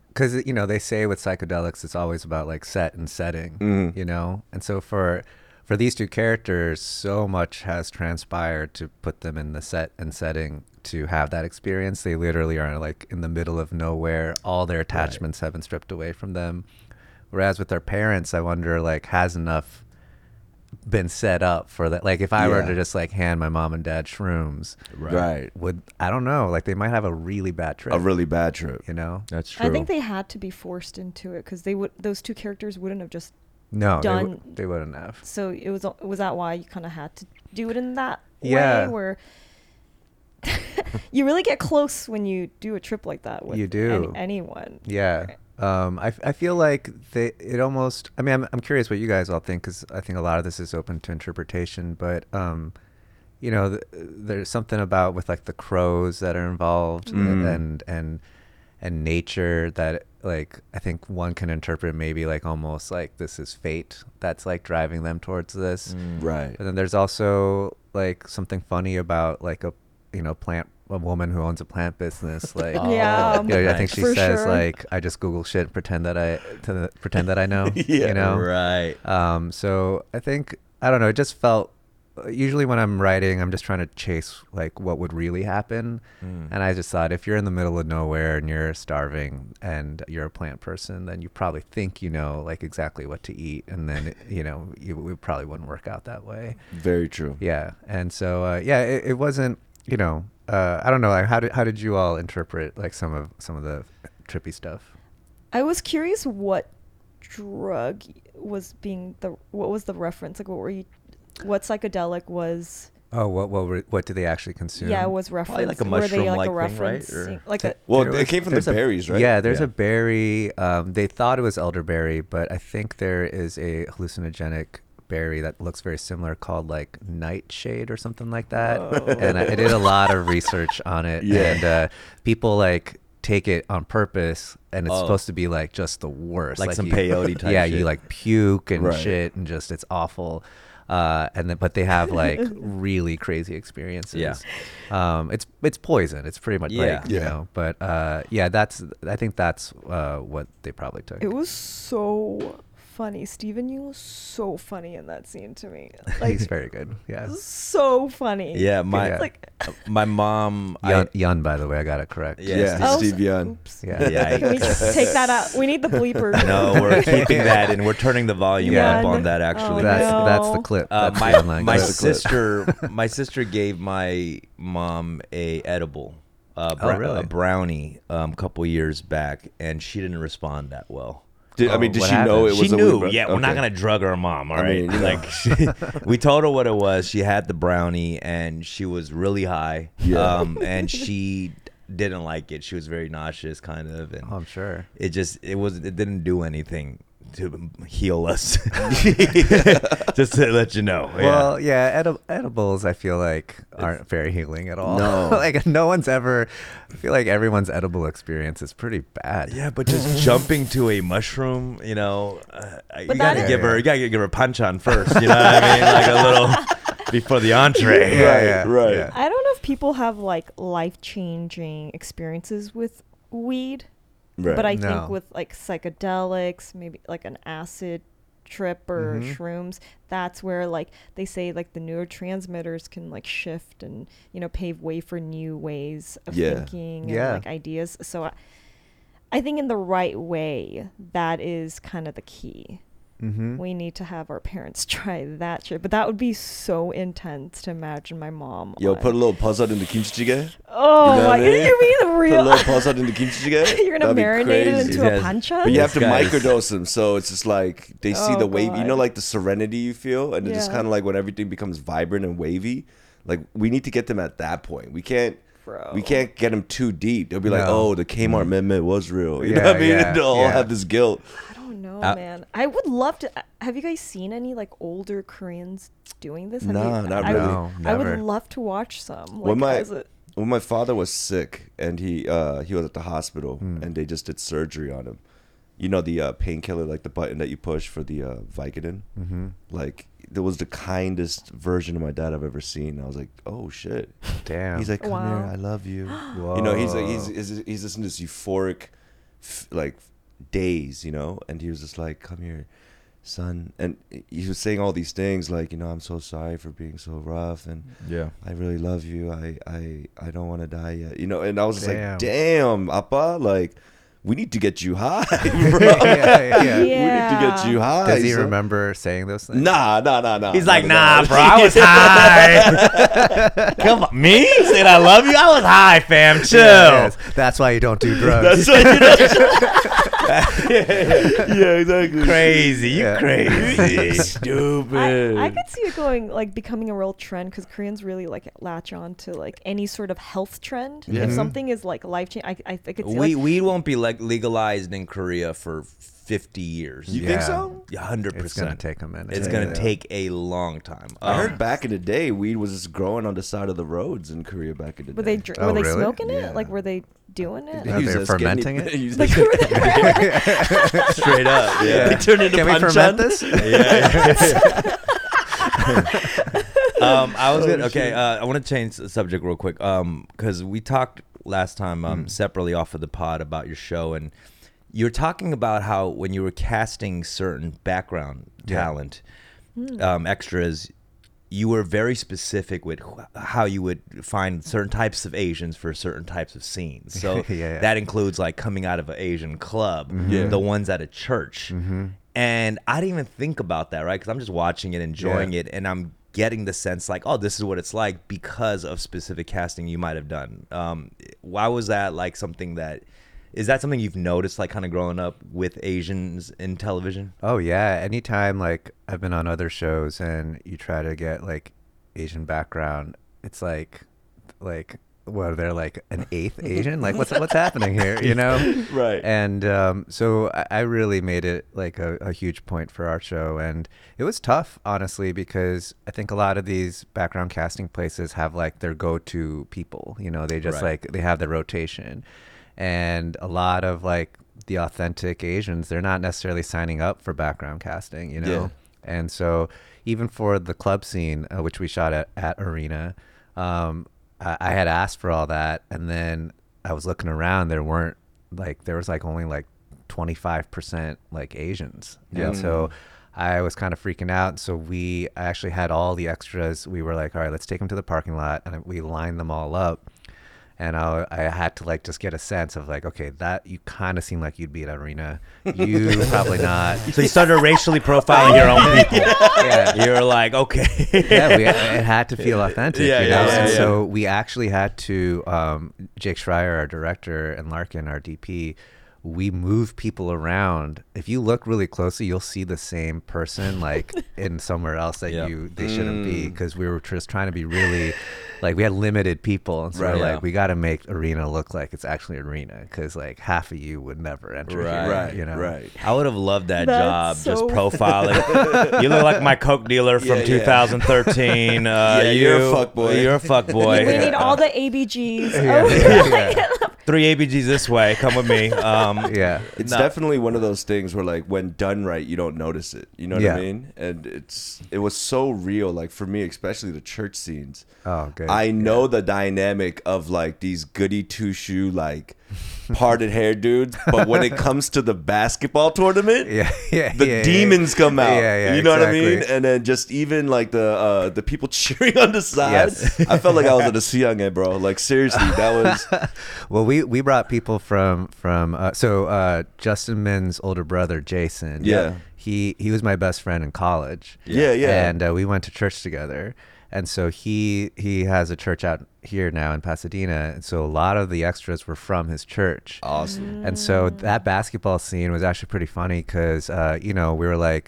because, you know, they say with psychedelics, it's always about like set and setting, you know? And so for, for these two characters, so much has transpired to put them in the set and setting to have that experience. They literally are like in the middle of nowhere. All their attachments have been stripped away from them. Whereas with their parents, I wonder, like, has enough been set up for that? Like, if I were Yeah. to just like hand my mom and dad shrooms, right. would I don't know. Like they might have a really bad trip. A really bad trip. you know? That's I think they had to be forced into it because they would. Those two characters wouldn't have just. No, they, w- Done. they wouldn't have. So it was. Was that why you kind of had to do it in that Yeah. way, where you really get close when you do a trip like that with You do. an- anyone? Yeah. Um, I, f- I feel like they it almost. I mean, I'm I'm curious what you guys all think because I think a lot of this is open to interpretation. But um, you know, th- there's something about with like the crows that are involved Mm. and and and nature that like I think one can interpret maybe like almost like this is fate that's like driving them towards this. Mm. Right. And then there's also like something funny about like a you know plant a woman who owns a plant business like Yeah. you know, I think she For says sure. like I just Google shit and pretend that I to, pretend that I know Yeah, you know Right. um so I think I don't know it just felt usually when I'm writing I'm just trying to chase like what would really happen and I just thought if you're in the middle of nowhere and you're starving and you're a plant person then you probably think you know like exactly what to eat and then you know you, it probably wouldn't work out that way Very true. yeah, and so uh, yeah, it, it wasn't. You know, uh, I don't know. Like, how did how did you all interpret like some of some of the trippy stuff? I was curious what drug was being the what was the reference like what were you what psychedelic was Oh, what what were, what did they actually consume? yeah was Probably referenced like a were they mushroom-like like a thing, right? reference Or- like a, Well, There it was- came from there's the a- berries, right? Yeah, there's Yeah. a berry. Um, they thought it was elderberry, but I think there is a hallucinogenic berry that looks very similar called like nightshade or something like that. And I, I did a lot of research on it, Yeah. and uh, people like take it on purpose, and it's Oh. supposed to be like just the worst, Like some peyote type Yeah, shit. you like puke and Right. shit, and just it's awful. Uh, and then, but they have like really crazy experiences. Yeah. Um, it's it's poison. It's pretty much Yeah. like you Yeah. know but uh, yeah, that's I think that's uh, what they probably took. it was so funny. Steven Yeun was so funny in that scene to me. He's Like, very good. Yeah. so funny. Yeah, my Yeah. Like, my mom. I, Yun, Yun, by the way, I got it correct. Yeah. Yeah, Oh, Steve Young. oops. Yeah. Can we Yikes. take that out? We need the bleepers. no, we're keeping that and we're turning the volume Yeah. up on that. Actually, Oh, That's no. that's the clip. Uh, That's the my online my clip. sister my sister gave my mom a edible, uh, Oh, bra- really? a brownie, um, a couple years back, and she didn't respond that well. Did, I Oh, mean, did what she know happened? it was? she a knew. Libra? Yeah, we're not Okay. gonna drug our mom. All I right, mean, you know. like she, we told her what it was. She had the brownie, and she was really high. Yeah. Um, and she didn't like it. She was very nauseous, kind of, and Oh, I'm sure. it just it was it didn't do anything to heal us. just to let you know. yeah. Well, yeah, edi- edibles I feel like aren't very healing at all. No. like no one's ever. I feel like everyone's edible experience is pretty bad. Yeah, but just jumping to a mushroom, you know, uh, you But gotta that- give her, you gotta give her a punch on first. You know what I mean? Like a little before the entree. Yeah, Right, yeah, right. yeah. I don't know if people have like life changing experiences with weed, Right. but I No. think with like psychedelics, maybe like an acid trip or Mm-hmm. shrooms, that's where like they say like the neurotransmitters can like shift and you know pave way for new ways of Yeah. thinking Yeah. and like ideas. So I, I think in the right way, that is kind of the key. Mm-hmm. We need to have our parents try that shit, but that would be so intense to imagine my mom. Yo, on. put a little pause out in the kimchi jjigae. Oh You know my! what I mean? You mean the Put a real? little pulse out in the kimchi jjigae. You're gonna That'd be marinate it crazy. into a Yes. pancha? But you have to Guys. microdose them, so it's just like they see Oh, the wave. You know, God. like the serenity you feel, and it's just Yeah. kind of like when everything becomes vibrant and wavy. Like we need to get them at that point. We can't. Bro. We can't get them too deep. They'll be like, No. Mm-hmm. "Oh, the Kmart amendment was real." You Yeah, know what I mean? yeah, They'll all yeah. have this guilt. I don't know, Uh, Oh, man. I would love to. uh, Have you guys seen any like older Koreans doing this? Have Nah, you, not I would- really. No, I would never. love to watch some. Like, when my as a- when my father was sick and he uh, he was at the hospital and they just did surgery on him. You know the uh, painkiller, like the button that you push for the uh, Vicodin. Mm-hmm. Like that was the kindest version of my dad I've ever seen. I was like, oh shit. Damn. He's like, come here, I Wow. love you. You know, he's like he's, Oh. he's he's just in this euphoric f- like days, you know, and he was just like, come here. Son, and he was saying all these things like, you know, I'm so sorry for being so rough, and yeah. I really love you. I I I don't want to die yet. You know, and I was just Damn. like, damn, Appa, like we need to get you high, bro. yeah, yeah. We need to get Yeah. you high. Does he son." remember saying those things? Nah, nah, nah, nah. He's like, Nah, nah, bro, I was high. Come on, me saying I love you. I was high, fam. Chill. Yes, That's why you don't do drugs. yeah, exactly. Crazy, you Yeah. crazy. I, Stupid. I could see it going like becoming a real trend because Koreans really like latch on to like any sort of health trend. Mm-hmm. If something is like life changing, I, I think it's we like, we won't be like legalized in Korea for fifty years. you Yeah, think Yeah. so? hundred it's gonna percent. take a minute. It's Yeah. gonna take a long time. I Um, heard back in the day, weed was just growing on the side of the roads in Korea back in the were they day. dr- Oh, were they really? smoking Yeah. it? Like were they doing Yeah. it? They were just getting- fermenting it? they used- straight up. Yeah. They turned into Can we panchan. ferment this? um, I Oh, was good. Okay, uh, I want to change the subject real quick because we talked last time um, Mm. separately off of the pod about your show, and you were talking about how when you were casting certain background talent um, extras, you were very specific with wh- how you would find certain types of Asians for certain types of scenes. So Yeah, yeah. that includes like coming out of an Asian club, Yeah. the ones at a church. And I didn't even think about that, right? Because I'm just watching it, enjoying Yeah. it, and I'm getting the sense like, oh, this is what it's like because of specific casting you might have done. Um, why was that like something that? Is that something you've noticed, like kind of growing up with Asians in television? Oh yeah, anytime like I've been on other shows and you try to get like Asian background, it's like like what they're like an eighth Asian? Like what's what's happening here, you know? Right. And um, so I, I really made it like a, a huge point for our show and it was tough honestly because I think a lot of these background casting places have like their go-to people, you know, they just Right. like like they have their rotation and a lot of like the authentic asians they're not necessarily signing up for background casting you know Yeah. and so even for the club scene uh, which we shot at, at arena um, I, I had asked for all that and then i was looking around there weren't like there was like only like 25% like Asians. Yeah. And so I was kind of freaking out. So we actually had all the extras. We were like, all right, let's take them to the parking lot. And we lined them all up. And I, I had to like just get a sense of like, okay, that you kind of seem like you'd be at arena. You probably not. So you started racially profiling your own people. Yeah. You're like, okay. yeah, we, it had to feel authentic. Yeah, you yeah, know? yeah, and yeah. So we actually had to, um, Jake Schreier, our director, and Larkin, our DP, we move people around. If you look really closely, you'll see the same person like in somewhere else that Yeah. Mm. you they shouldn't be because we were just trying to be really like we had limited people and so Right. we're Yeah. like we got to make arena look like it's actually arena because like half of you would never enter Right. here, Right. you know Right. I would have loved that That's job, just so- profiling. you look like my coke dealer from Yeah, yeah. 2013. Uh, Yeah, you, you're a fuckboy. You're a fuckboy. We need all the ABGs. Yeah. Oh, Yeah. Three ABGs this way. Come with me. Um, yeah It's No. definitely one of those things where like when done right, you don't notice it. You know what Yeah. I mean? And it's it was so real, like for me, especially the church scenes. oh good I know the dynamic of like these goody two shoe like parted hair dudes, but when it comes to the basketball tournament, yeah yeah the yeah, yeah. demons come out. Yeah, yeah, you know what I mean? exactly. And then just even like the uh, the people cheering on the side. Yes. I felt like I was at a Seongae, bro. Like seriously, that was Well, we we brought people from from uh, so uh, Justin Min's older brother Jason. Yeah. he he was my best friend in college. Yeah, yeah. and uh, we went to church together. And so he he has a church out here now in Pasadena, and so a lot of the extras were from his Oh, church. awesome. And so that basketball scene was actually pretty funny because uh, you know we were like,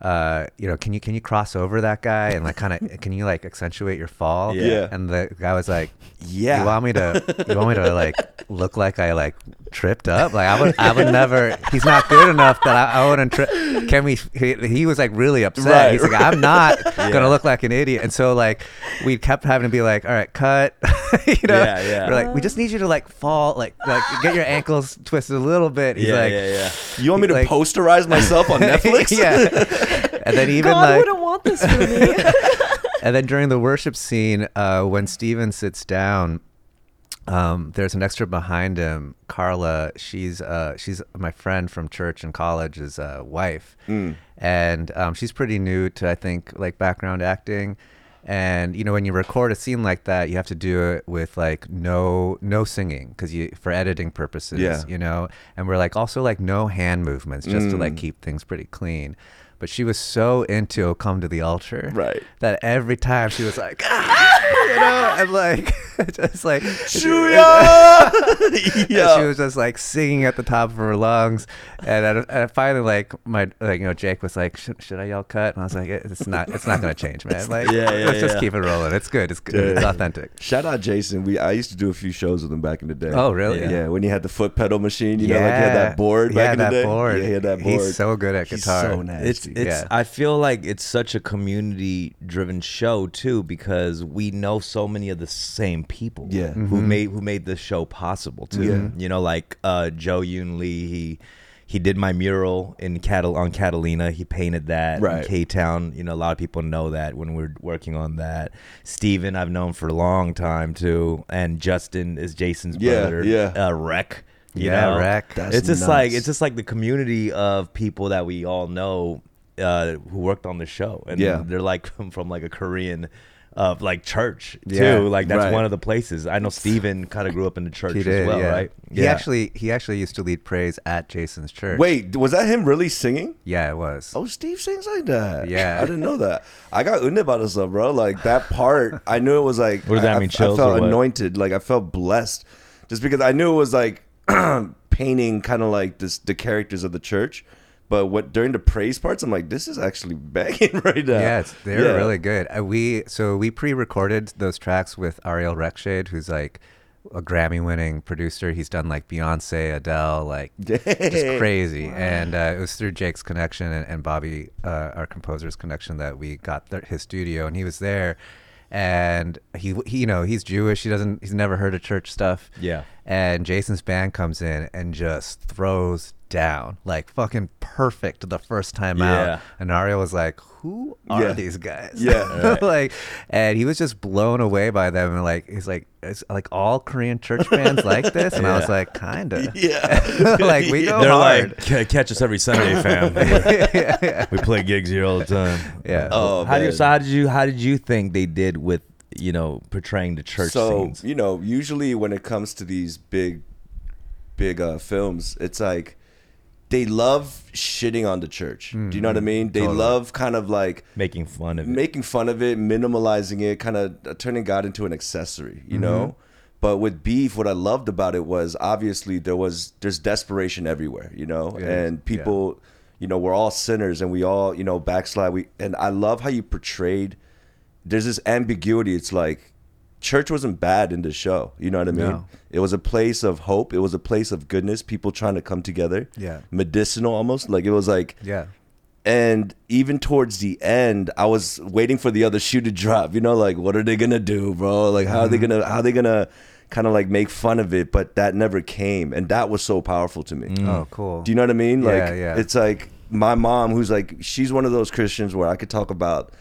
uh, you know, can you can you cross over that guy and like kind of can you like accentuate your fall? Yeah. And the guy was like, Yeah. You want me to? You want me to like look like I like tripped up? Like I would I would never. He's not good enough that I, I wouldn't trip. Can we? He, he was like really upset. Right, he's like, I'm not gonna look like an idiot. And so like we kept having to be like, all right, cut. you know, Yeah, yeah. we're like, we just need you to like fall, like like get your ankles twisted a little bit. He's yeah, like, yeah, yeah. You want me to Like- posterize myself on Netflix? yeah. And then even God like, wouldn't want this for me. and then during the worship scene, uh, when Steven sits down, um, there's an extra behind him. Carla, she's uh, she's my friend from church and college's uh, wife, Mm. and um, she's pretty new to I think like background acting. And you know when you record a scene like that, you have to do it with like no no singing because you for editing purposes, Yeah. you know. And we're like also like no hand movements just to Mm. like keep things pretty clean. But she was so into "Oh, "Come to the Altar," Right. That every time she was like, "Ah," you know, and like just like Julia! yeah, she yeah. was just like singing at the top of her lungs, and I, and I finally like my like you know Jake was like, should, should I yell cut? And I was like, it's not, it's not gonna change, man. Like, Yeah, yeah, let's just yeah. keep it rolling. It's good. It's good. It's authentic. Shout out Jason. We I used to do a few shows with him back in the day. Oh, really? Yeah, when he had the foot pedal machine, you know, like he had that board back yeah, in that the day. Board. Yeah, he had that board. He's so good at He's guitar. so nasty. it's it's Yeah. i feel like it's such a community driven show too because we know so many of the same people Yeah. Mm-hmm. who made who made this show possible too Yeah. you know like uh joe yoon lee he he did my mural in Catal- on Catalina. He painted that Right. in K Town. You know, a lot of people know that when we're working on that. Steven, I've known for a long time too, and Justin is Jason's Yeah, brother. yeah. uh, Rec. you Yeah, know? Rec. That's it's just like nuts. it's just like the community of people that we all know uh, who worked on the show, and Yeah. they're like from, from like a Korean. Of like church too, Yeah, like that's right. one of the places. I know Steven kind of grew up in the church He as did, well, yeah. right? He actually he actually used to lead praise at Jason's church. Wait, was that him really singing? yeah, it was. Oh, Steve sings like that. Yeah. I didn't know that. I got unde about this though, bro. Like that part, I knew it was like. What does that I, I- mean, chills I or felt what? anointed. Like I felt blessed, just because I knew it was like painting kind of like this the characters of the church. But what during the praise parts, I'm like, this is actually banging right now. Yeah, it's, they're Yeah. really good. Uh, we so we pre-recorded those tracks with Ariel Rexshade, who's like a Grammy-winning producer. He's done like Beyonce, Adele, like just crazy. And uh, it was through Jake's connection and, and Bobby, uh, our composer's connection, that we got th- his studio, and he was there. And he, he, you know, he's Jewish. He doesn't. He's never heard of church stuff. Yeah. and Jason's band comes in and just throws down like fucking perfect the first time Yeah. out. And Aria was like, "Who are Yeah. these guys?" Yeah. like, and he was just blown away by them. And like, he's like, "It's like all Korean church bands like this." And I was like, "Kinda." Yeah. like we go They're hard. like, "C- catch us every Sunday, fam. we play gigs here all the time. Yeah. Oh, how do you, man. so how did you how did you think they did with you know portraying the church so scenes? you know usually when it comes to these big big uh films it's like they love shitting on the church do you know what i Mm-hmm. mean they love kind of like Making fun of it. making fun of it minimalizing it kind of turning god into an accessory you know but with beef what i loved about it was obviously there was there's desperation everywhere you know and people you know we're all sinners and we all you know backslide we and i love how you portrayed there's this ambiguity. It's like church wasn't bad in the show. You know what I mean? No. It was a place of hope. It was a place of goodness. People trying to come together. Yeah. Medicinal almost. Like it was like yeah. and even towards the end, I was waiting for the other shoe to drop. You know, like what are they gonna do, bro? Like how are they gonna how are they gonna kind of like make fun of it? But that never came. And that was so powerful to me. Oh, cool. Mm. Do you know what I mean? Like Yeah, yeah. it's like my mom who's like she's one of those Christians where I could talk about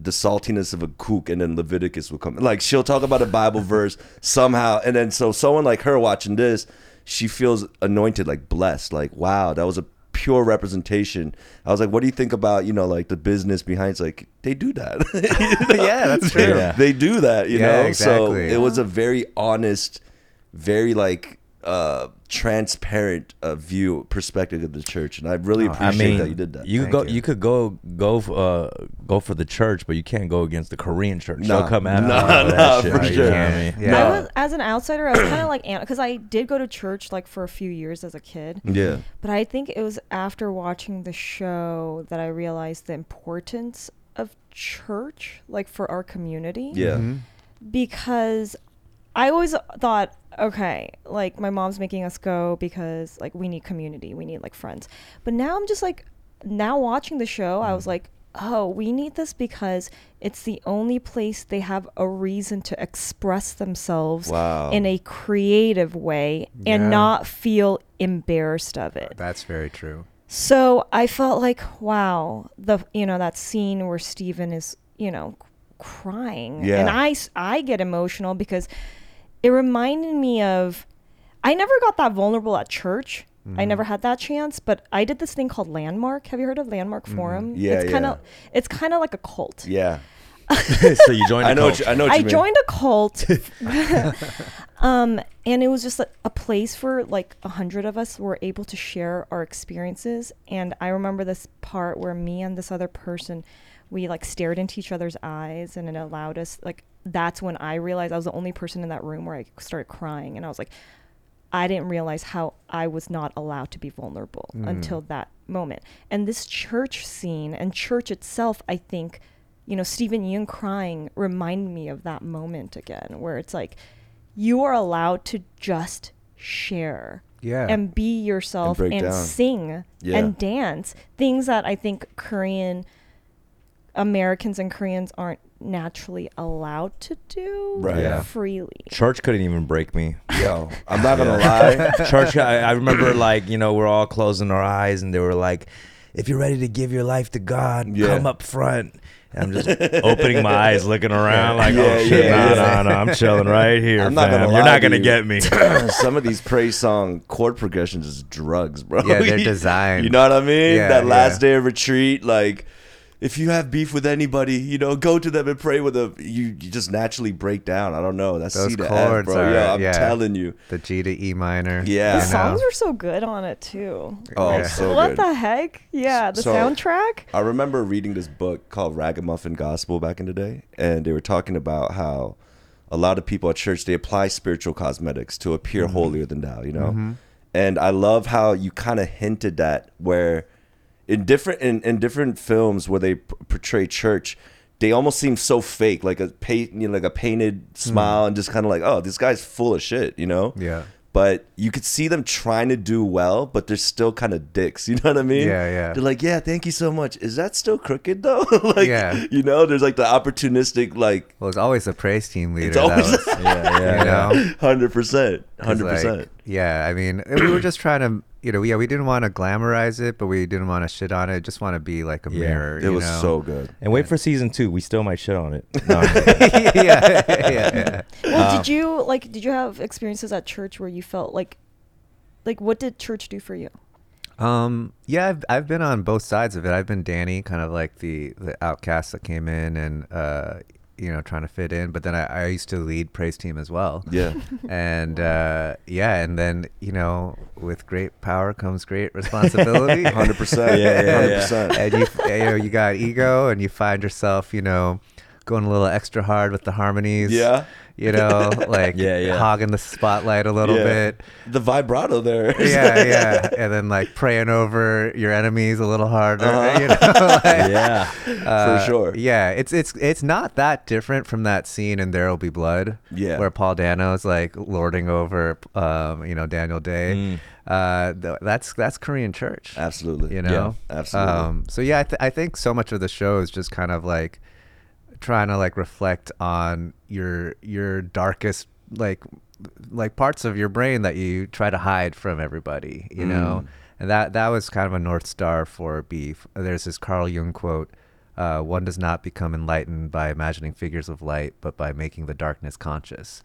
the saltiness of a kook and then Leviticus will come. Like she'll talk about a Bible verse somehow and then so someone like her watching this, she feels anointed, like blessed, like wow, that was a pure representation. I was like, what do you think about, you know, like the business behind it's like they do that. yeah, that's They- true. Yeah. They do that, you know. Yeah, exactly. So it was a very honest, very like uh transparent uh, view perspective of the church, and I really Oh, I appreciate mean, that you did that. You could Thank go. You. you. could go go uh, go for the church, but you can't go against the Korean church. No. They'll come after No, all that no, shit, for you know sure. what I mean? Yeah. I was, as an outsider, I was kind of like, because I did go to church like for a few years as a kid. yeah, But I think it was after watching the show that I realized the importance of church, like for our community. yeah, Mm-hmm. Because I always thought, okay, like my mom's making us go because like we need community, we need like friends. But now I'm just like, now watching the show, I was like, oh, we need this because it's the only place they have a reason to express themselves Wow. in a creative way Yeah. and not feel embarrassed of it. That's very true. So I felt like, wow, the you know that scene where Steven is you know c- crying, Yeah. and I s- I get emotional because it reminded me of I never got that vulnerable at church. Mm-hmm. I never had that chance, but I did this thing called Landmark. Have you heard of Landmark Forum? Mm-hmm. Yeah, it's kind of yeah. it's kind of like a cult. yeah. so you joined. I a know. cult. What you, I know. What I you mean. joined a cult, um, and it was just a, a place for like a hundred of us were able to share our experiences. And I remember this part where me and this other person, we like stared into each other's eyes, and it allowed us like. That's when I realized I was the only person in that room where I started crying, and I was like, I didn't realize how I was not allowed to be vulnerable until that moment. And this church scene and church itself, I think, you know, Stephen Young crying reminded me of that moment again, where it's like you are allowed to just share Yeah. and be yourself break and, down. sing Yeah. and dance. Things that I think Korean Americans and Koreans aren't naturally allowed to do Right. Yeah. freely. Church couldn't even break me. Yo, I'm not gonna lie. church I, I remember like you know we're all closing our eyes and they were like if you're ready to give your life to god Yeah. come up front and i'm just opening my eyes looking around like Yeah, oh shit yeah, no, yeah. no no i'm chilling right here I'm not fam. gonna you're lie not to gonna you. get me Some of these praise song chord progressions is drugs, bro. Yeah, they're designed. You know what I mean? Yeah, that last yeah. day of retreat, like if you have beef with anybody, you know, go to them and pray with them. You, you just naturally break down. I don't know. That's Those C to F, chords bro. are. yeah, I'm yeah. telling you. The G to E minor. Yeah. The I know. songs were so good on it too. Oh, Yeah. so what good. the heck? Yeah, the So- soundtrack. I remember reading this book called Ragamuffin Gospel back in the day, and they were talking about how a lot of people at church they apply spiritual cosmetics to appear Mm-hmm. holier than thou, you know. And I love how you kind of hinted that where in different in, in different films where they p- portray church, they almost seem so Mm. fake, like a paint, you know, like a painted smile, and just kind of like, oh, this guy's full of shit, you know. Yeah. but you could see them trying to do well, but they're still kind of dicks. You know what I mean? Yeah, yeah. They're like, yeah, thank you so much. Is that still crooked though? like, Yeah. you know, there's like the opportunistic, like, Well, it's always the praise team leader. it's always that was, yeah, yeah. you know. hundred percent, hundred 'Cause, like, percent. Yeah, I mean, we were just trying to, you know, yeah, we didn't want to glamorize it, but we didn't want to shit on it. Just want to be like a Yeah, mirror. It you was know? so good. And wait for season two. We still might shit on it. No, I'm kidding. yeah, yeah, yeah. Well, um, did you like? Did you have experiences at church where you felt like, like what did church do for you? Um, yeah, I've I've been on both sides of it. I've been Danny, kind of like the the outcast that came in and uh, you know, trying to fit in. But then I, I used to lead praise team as well. Yeah. and uh, yeah, and then you know, with great power comes great 100%, responsibility. yeah, yeah, yeah. 100%. And you, you know, you got ego, and you find yourself, you know, going a little extra hard with the harmonies. Yeah. You know, like Yeah, yeah. hogging the spotlight a little Yeah. bit The vibrato there. yeah, yeah, and then like praying over your enemies a little harder, you know. like, yeah. uh, Uh-huh. for sure. Yeah, it's it's it's not that different from that scene in There Will Be Blood, Yeah. where Paul Dano is like lording over, um, you know, Daniel Day. Uh, th- that's that's Korean church, Mm. Absolutely. you know. um, Yeah, absolutely. so yeah, I, th- I think so much of the show is just kind of like trying to like reflect on your your darkest like like parts of your brain that you try to hide from everybody you know and that that was kind of a north star for beef there's this carl jung quote uh, one does not become enlightened by imagining figures of light, but by making the darkness conscious.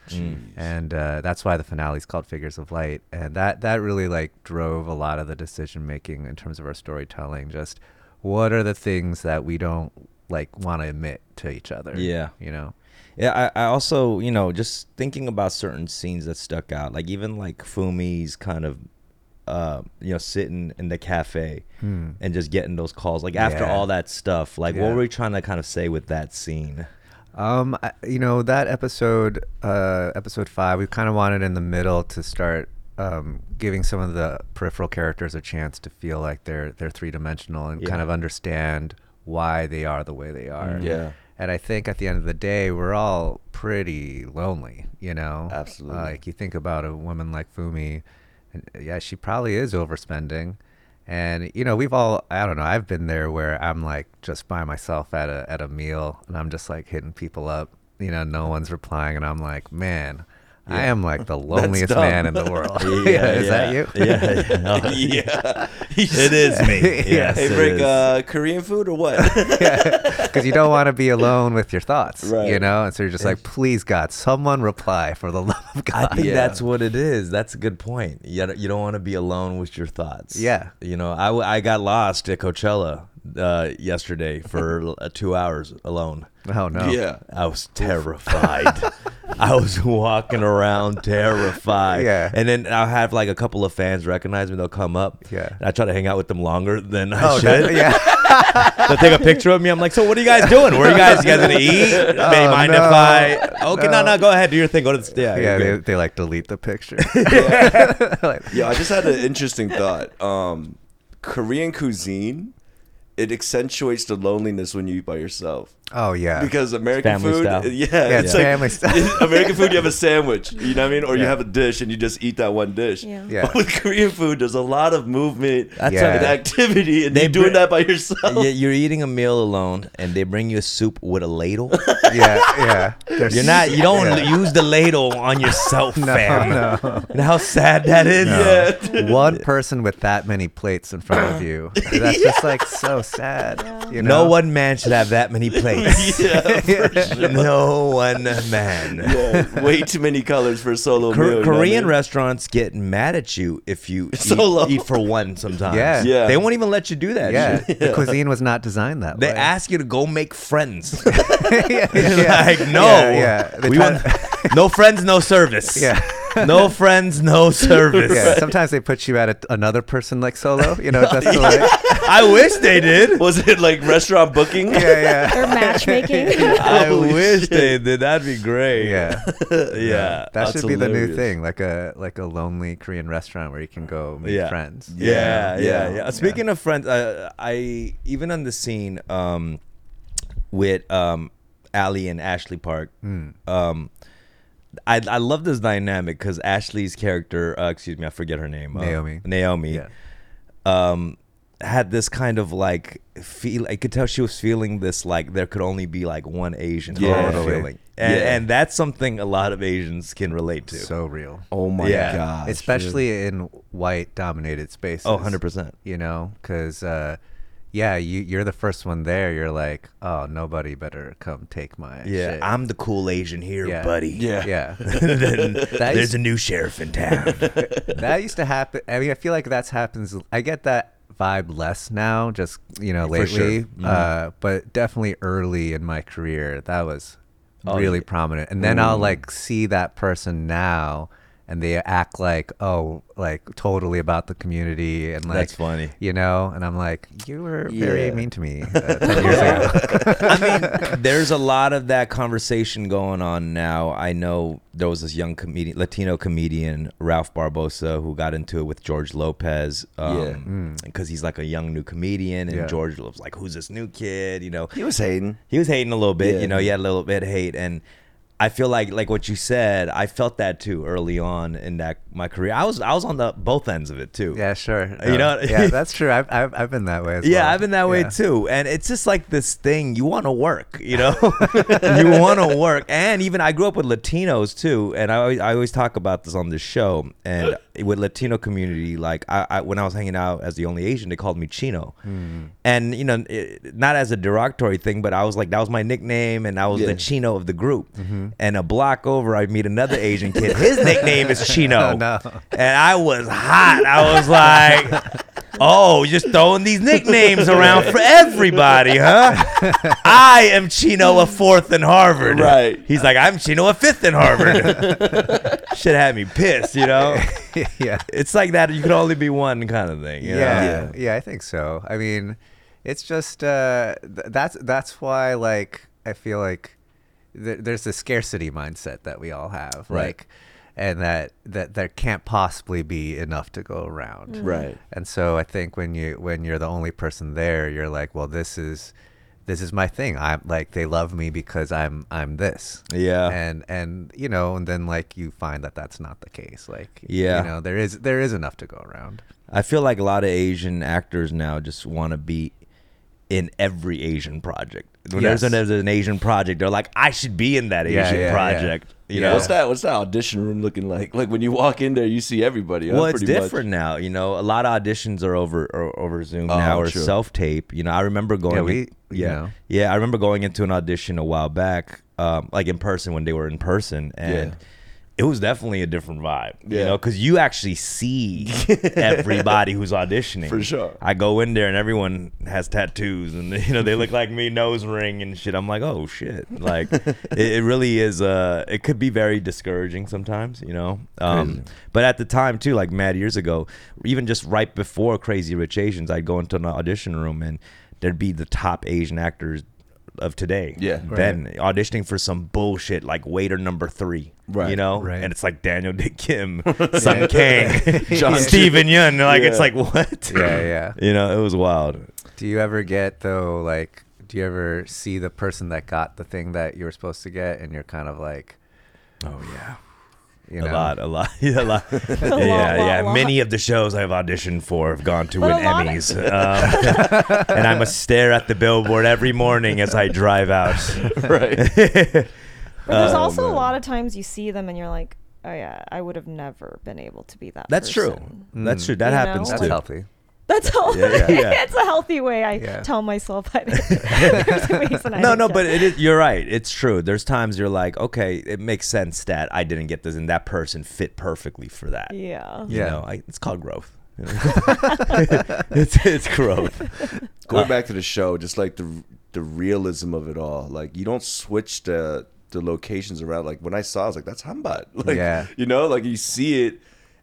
And uh, that's why the finale is called Figures of Light. And that that really like drove a lot of the decision making in terms of our storytelling. Just what are the things that we don't like want to admit to each other? Yeah. you know. Yeah, I, I also, you know, just thinking about certain scenes that stuck out, like even like Fumi's kind of, uh, you know, sitting in the cafe and just getting those calls. Like after Yeah. all that stuff, like what Yeah. were we trying to kind of say with that scene? Um, I, you know that episode, uh, episode five. We kind of wanted in the middle to start um, giving some of the peripheral characters a chance to feel like they're they're three dimensional and kind Yeah. of understand why they are the way they are. Yeah. And I think at the end of the day, we're all pretty lonely. You know, Absolutely. Like you think about a woman like Fumi, and yeah, she probably is overspending. And you know, we've all—I don't know—I've been there where I'm like just by myself at a at a meal, and I'm just like hitting people up. You know, no one's replying, and I'm like, man, I am like the loneliest dumb. man in the world. is that you? Yeah, yeah. yeah. it is me. Yes, Hey, it break is. uh, Korean food or what? because uh, you don't want to be alone with your thoughts, Right. you know. And so you're just like, please, God, someone reply for the love of God. I think Yeah. that's what it is. That's a good point. You don't, you don't want to be alone with your thoughts. Yeah. You know, I, w- I got lost at Coachella uh, yesterday for uh, two hours alone. oh no, Yeah. I was terrified. I was walking around terrified. Yeah. And then I'll have like a couple of fans recognize me. They'll come up. Yeah. And I try to hang out with them longer than I oh should. no, yeah. They'll take a picture of me. I'm like, so what are you guys doing? Where are you guys? You guys gonna eat? They Oh, mind no. if I? Okay, no. no, No. go ahead, do your thing. Go to the yeah, yeah, you're they, good. they like delete the picture. Like, Yeah, I just had an interesting thought. Um, Korean cuisine, it accentuates the loneliness when you eat by yourself. oh yeah, Because American Family food, style. yeah, it's family style. in American food, you have a sandwich, you know what I mean, or you Yeah. have a dish and you just eat that one dish. Yeah. Yeah. But with Korean food, there's a lot of movement That's Yeah. a- and activity, and They you're doing bring- that by yourself. Yeah, You're eating a meal alone, and they bring you a soup with a ladle. yeah, yeah. There's- You're not. You don't Yeah. use the ladle on yourself, No, fam. no. And how sad that is. Yeah. One person with that many plates in front of you. That's just like so sad. You know? No one man should have that many plates. no one man. Yeah, way too many colors for a solo Kor- meal. you know what I Korean mean? restaurants get mad at you if you eat, Solo. eat for one sometimes. Yeah. Yeah. They won't even let you do that. Yeah, shit. the cuisine was not designed that They way. ask you to go make friends. yeah, like, no. Yeah, yeah. They We try want- to- no friends, no service. Yeah. no friends, no service. yeah. Sometimes they put you at a, another person like solo. You know, just to like, I wish they did. Was it like restaurant booking? yeah, yeah. Or matchmaking? I Holy wish shit. they did. That'd be great. Yeah, Yeah. that That's should be the new hilarious. thing, like a like a lonely Korean restaurant where you can go meet yeah. friends. Yeah, Yeah. yeah, yeah. Yeah. Speaking of friends, uh, I even on the scene um, with um, Allie and Ashley Park, um, I, I love this dynamic because Ashley's character, uh, excuse me, I forget her name, uh, Naomi. Naomi, Yeah. um, had this kind of like feel. I could tell she was feeling this like there could only be like one Asian Yeah. totally. feeling, and, Yeah. and that's something a lot of Asians can relate to. So real. Oh my Yeah. gosh. Especially in white dominated spaces. oh, 100 percent. You know, because, uh, yeah, you, you're the first one there. You're like, oh, nobody better come take my Yeah, shit." I'm the cool Asian here, Yeah. buddy. Yeah. yeah. Then there's is- a new sheriff in town. that used to happen. I mean, I feel like that's happens. I get that vibe less now, just you know, lately. sure. Mm-hmm. Uh, but definitely early in my career, that was Oh, really yeah. Mm. prominent. And then I'll like see that person now, and they act like oh, like totally about the community and like That's funny. you know. And I'm like, you were Yeah. very mean to me uh, ten years ago. There's a lot of that conversation going on now. I know there was this young comedian, Latino comedian, Ralph Barbosa, who got into it with George Lopez. Um, Because he's like a young new comedian, and Mm. Yeah. George was like, who's this new kid? You know, He was hating. he was hating a little bit. Yeah. You know, he had a little bit of hate, and I feel like like what you said, I felt that too early on in that my career. I was I was on the both ends of it too. yeah, sure. You know- yeah, that's true. I've, I've I've been that way. As Yeah, well. I've been that way Yeah. too. And it's just like this thing you want to work, you know? you want to work. And even I grew up with Latinos too. And I always, I always talk about this on the show. And with Latino community, like I, I, when I was hanging out as the only Asian, they called me Chino. Hmm. And, you know, it, not as a derogatory thing, but I was like, that was my nickname. And I was Yeah. the Chino of the group. Mm-hmm. And a block over, I meet another Asian kid. His nickname is Chino. Oh, no. And I was hot. I was like, oh, you're just throwing these nicknames around for everybody, huh? I am Chino a fourth in Harvard. Right. He's like, I'm Chino a fifth in Harvard. Shit had me pissed, you know? yeah. It's like that. You could only be one kind of thing. you know? yeah, yeah, I think so. I mean, it's just uh, th- that's that's why like I feel like th- there's this scarcity mindset that we all have, Right. like, and that that there can't possibly be enough to go around, Mm. Right. and so I think when you when you're the only person there, you're like, well, this is this is my thing. I'm like they love me because I'm I'm this. Yeah. And and you know, and then like you find that that's not the case. Like Yeah. you know, there is there is enough to go around. I feel like a lot of Asian actors now just want to be in every Asian project. When Yes. there's, an, there's an Asian project, they're like, I should be in that Asian Yeah, yeah, yeah. project. You Yeah. know? What's that? What's that audition room looking like? Like when you walk in there, you see everybody. huh, well, it's pretty much. different now. You know, a lot of auditions are over are over Zoom now or Oh, true. self tape. You know, I remember going. Yeah, we- in- you yeah, know. yeah. I remember going into an audition a while back, um, like in person when they were in person, and Yeah. it was definitely a different vibe. You Yeah. know, because you actually see everybody who's auditioning For sure. I go in there and everyone has tattoos, and you know they look like me, nose ring and shit. I'm like, oh shit! Like, it, it really is. Uh, it could be very discouraging sometimes, you know. Um, but at the time too, like mad years ago, even just right before Crazy Rich Asians, I'd go into an audition room and there'd be the top Asian actors of today. Yeah. Right. Then auditioning for some bullshit like waiter number three. Right. You know? Right. And it's like Daniel Day Kim, Sun Kang, John- Steven Yun. Like it's Yeah. like what? Yeah, yeah. You know, it was wild. Do you ever get though like do you ever see the person that got the thing that you were supposed to get and you're kind of like Oh yeah, you a know lot, a lot, yeah, a lot. yeah, lot, yeah, lot, yeah. lot. Many of the shows I've auditioned for have gone to But win a lot of- Emmys, um, and I must stare at the billboard every morning as I drive out. right? But there's Oh, also man. a lot of times you see them and you're like, oh yeah, I would have never been able to be that. That's true. person." That's true. That You happens know? That's too. healthy. That's all. Yeah, yeah. it's a healthy way I Yeah. tell myself I there's ways and I No, don't no, tell. but it is, you're right. It's true. There's times you're like, okay, it makes sense that I didn't get this, and that person fit perfectly for that. yeah. You Yeah. know, I, it's called growth. it's it's growth. Going back to the show, just like the the realism of it all. Like you don't switch the the locations around. Like when I saw, I was like, "That's Hambat." Like Yeah. you know, like you see it,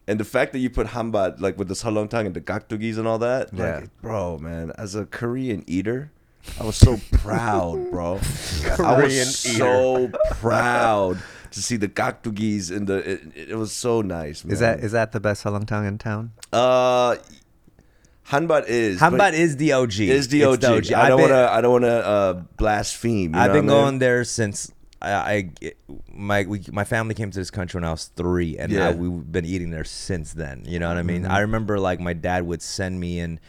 and the fact that you put Hambat like with the Salongtang and the Gaktugis and all that. Yeah. like, bro, man. As a Korean eater. I was so proud, bro. I was Korean so proud to see the gaktugis and the. It, it- it was so nice. Man. Is that is that the best Halongtang in town? Uh, Hanbat is. but Hambat is the OG. is the It's OG. I I've don't been- want to. I don't want to uh, blaspheme. you I've know been what I going mean? there since I, I my we, my family came to this country when I was three, and Yeah. Mm-hmm. I, we've been eating there since then. You know what I mean? I remember like my dad would send me in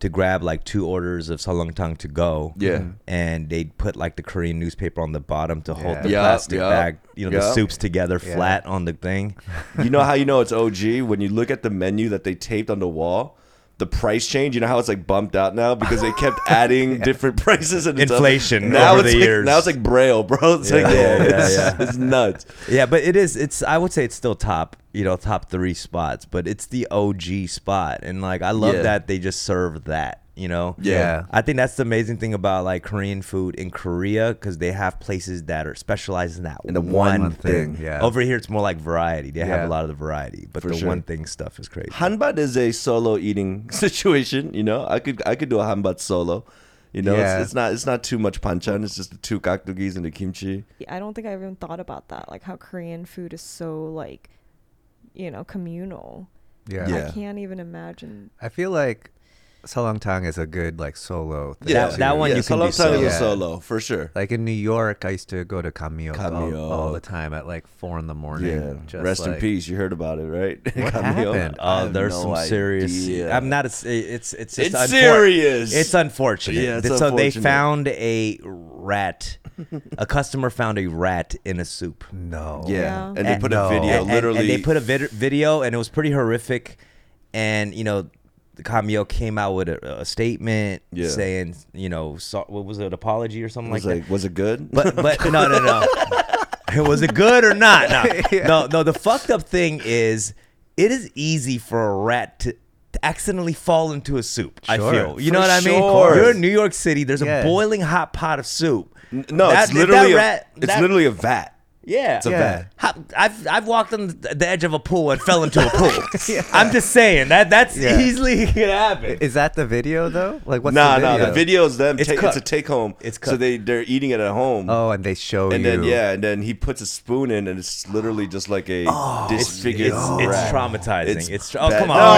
to grab like two orders of salangtang to go. Mm-hmm. Yeah. Mhm. and they'd put like the Korean newspaper on the bottom to hold Yeah. the Yeah, plastic yeah, bag, you know, yeah. the soups together Yeah. flat on the thing. You know how you know it's OG when you look at the menu that they taped on the wall. The price change, you know how it's like bumped out now because they kept adding different prices and it's up- Inflation Now over it's the like, years. Now it's like braille, bro. It's like yeah, yeah, it's, yeah. it's nuts. Yeah, but it is. It's I would say it's still top, you know, top three spots. But it's the OG spot, and like I love Yeah. that they just serve that. You know. Yeah. I think that's the amazing thing about like Korean food in Korea because they have places that are specialized in that In the one, one thing. thing, yeah. Over here, it's more like variety. They Yeah. have a lot of the variety, but For the sure. one thing stuff is crazy. Hanbat is a solo eating situation. You know, I could I could do a hanbat solo. You know, Yeah. it's, it's not it's not too much panchan. It's just the two kakdugis and the kimchi. I don't think I even thought about that. Like how Korean food is so like, you know, communal. Yeah. Yeah. I can't even imagine. I feel like Salangtang is a good like solo thing. Yeah. too. that one you can do Salong Tang is a solo. solo for sure. Like in New York, I used to go to Kamio all, Kamio. all the time at like four in the morning. Yeah, just rest in like- peace. You heard about it, right? What Camille? happened? I Oh, have there's no some serious. idea. I'm not. A, it's it's just It's unfor- serious. It's unfortunate. Yeah, it's so they unfortunate. found a rat. a customer found a rat in a soup. No. Yeah, Yeah. and they And- put no. a video, and, and- literally. and they put a vid- video, and it was pretty horrific. And you know, the cameo came out with a, a statement Yeah. saying, you know, so, what was it, an apology or something was like that. like, was it good? But but no no no. was it good or not? No. no no. The fucked up thing is, it is easy for a rat to. to accidentally fall into a soup. I Sure. feel you For know what I mean. sure. You're in New York City. There's Yeah. a boiling hot pot of soup. no, That- it's literally that a, rat- it's that- literally a vat. yeah. It's a Yeah. vat. How- I've I've walked on th- the edge of a pool and fell into a pool. I'm just saying that that's Yeah. easily can happen. Is that the video though? Like what's Nah, the video? nah. The video's them. It's ta- it's a cooked. take home. It's so cooked. they they're eating it at home. Oh, and they show And you. then yeah, and then he puts a spoon in, and it's literally just like a disfigured. Oh, It's, it's rat. traumatizing. It's It's, tra- oh bad. come on! No,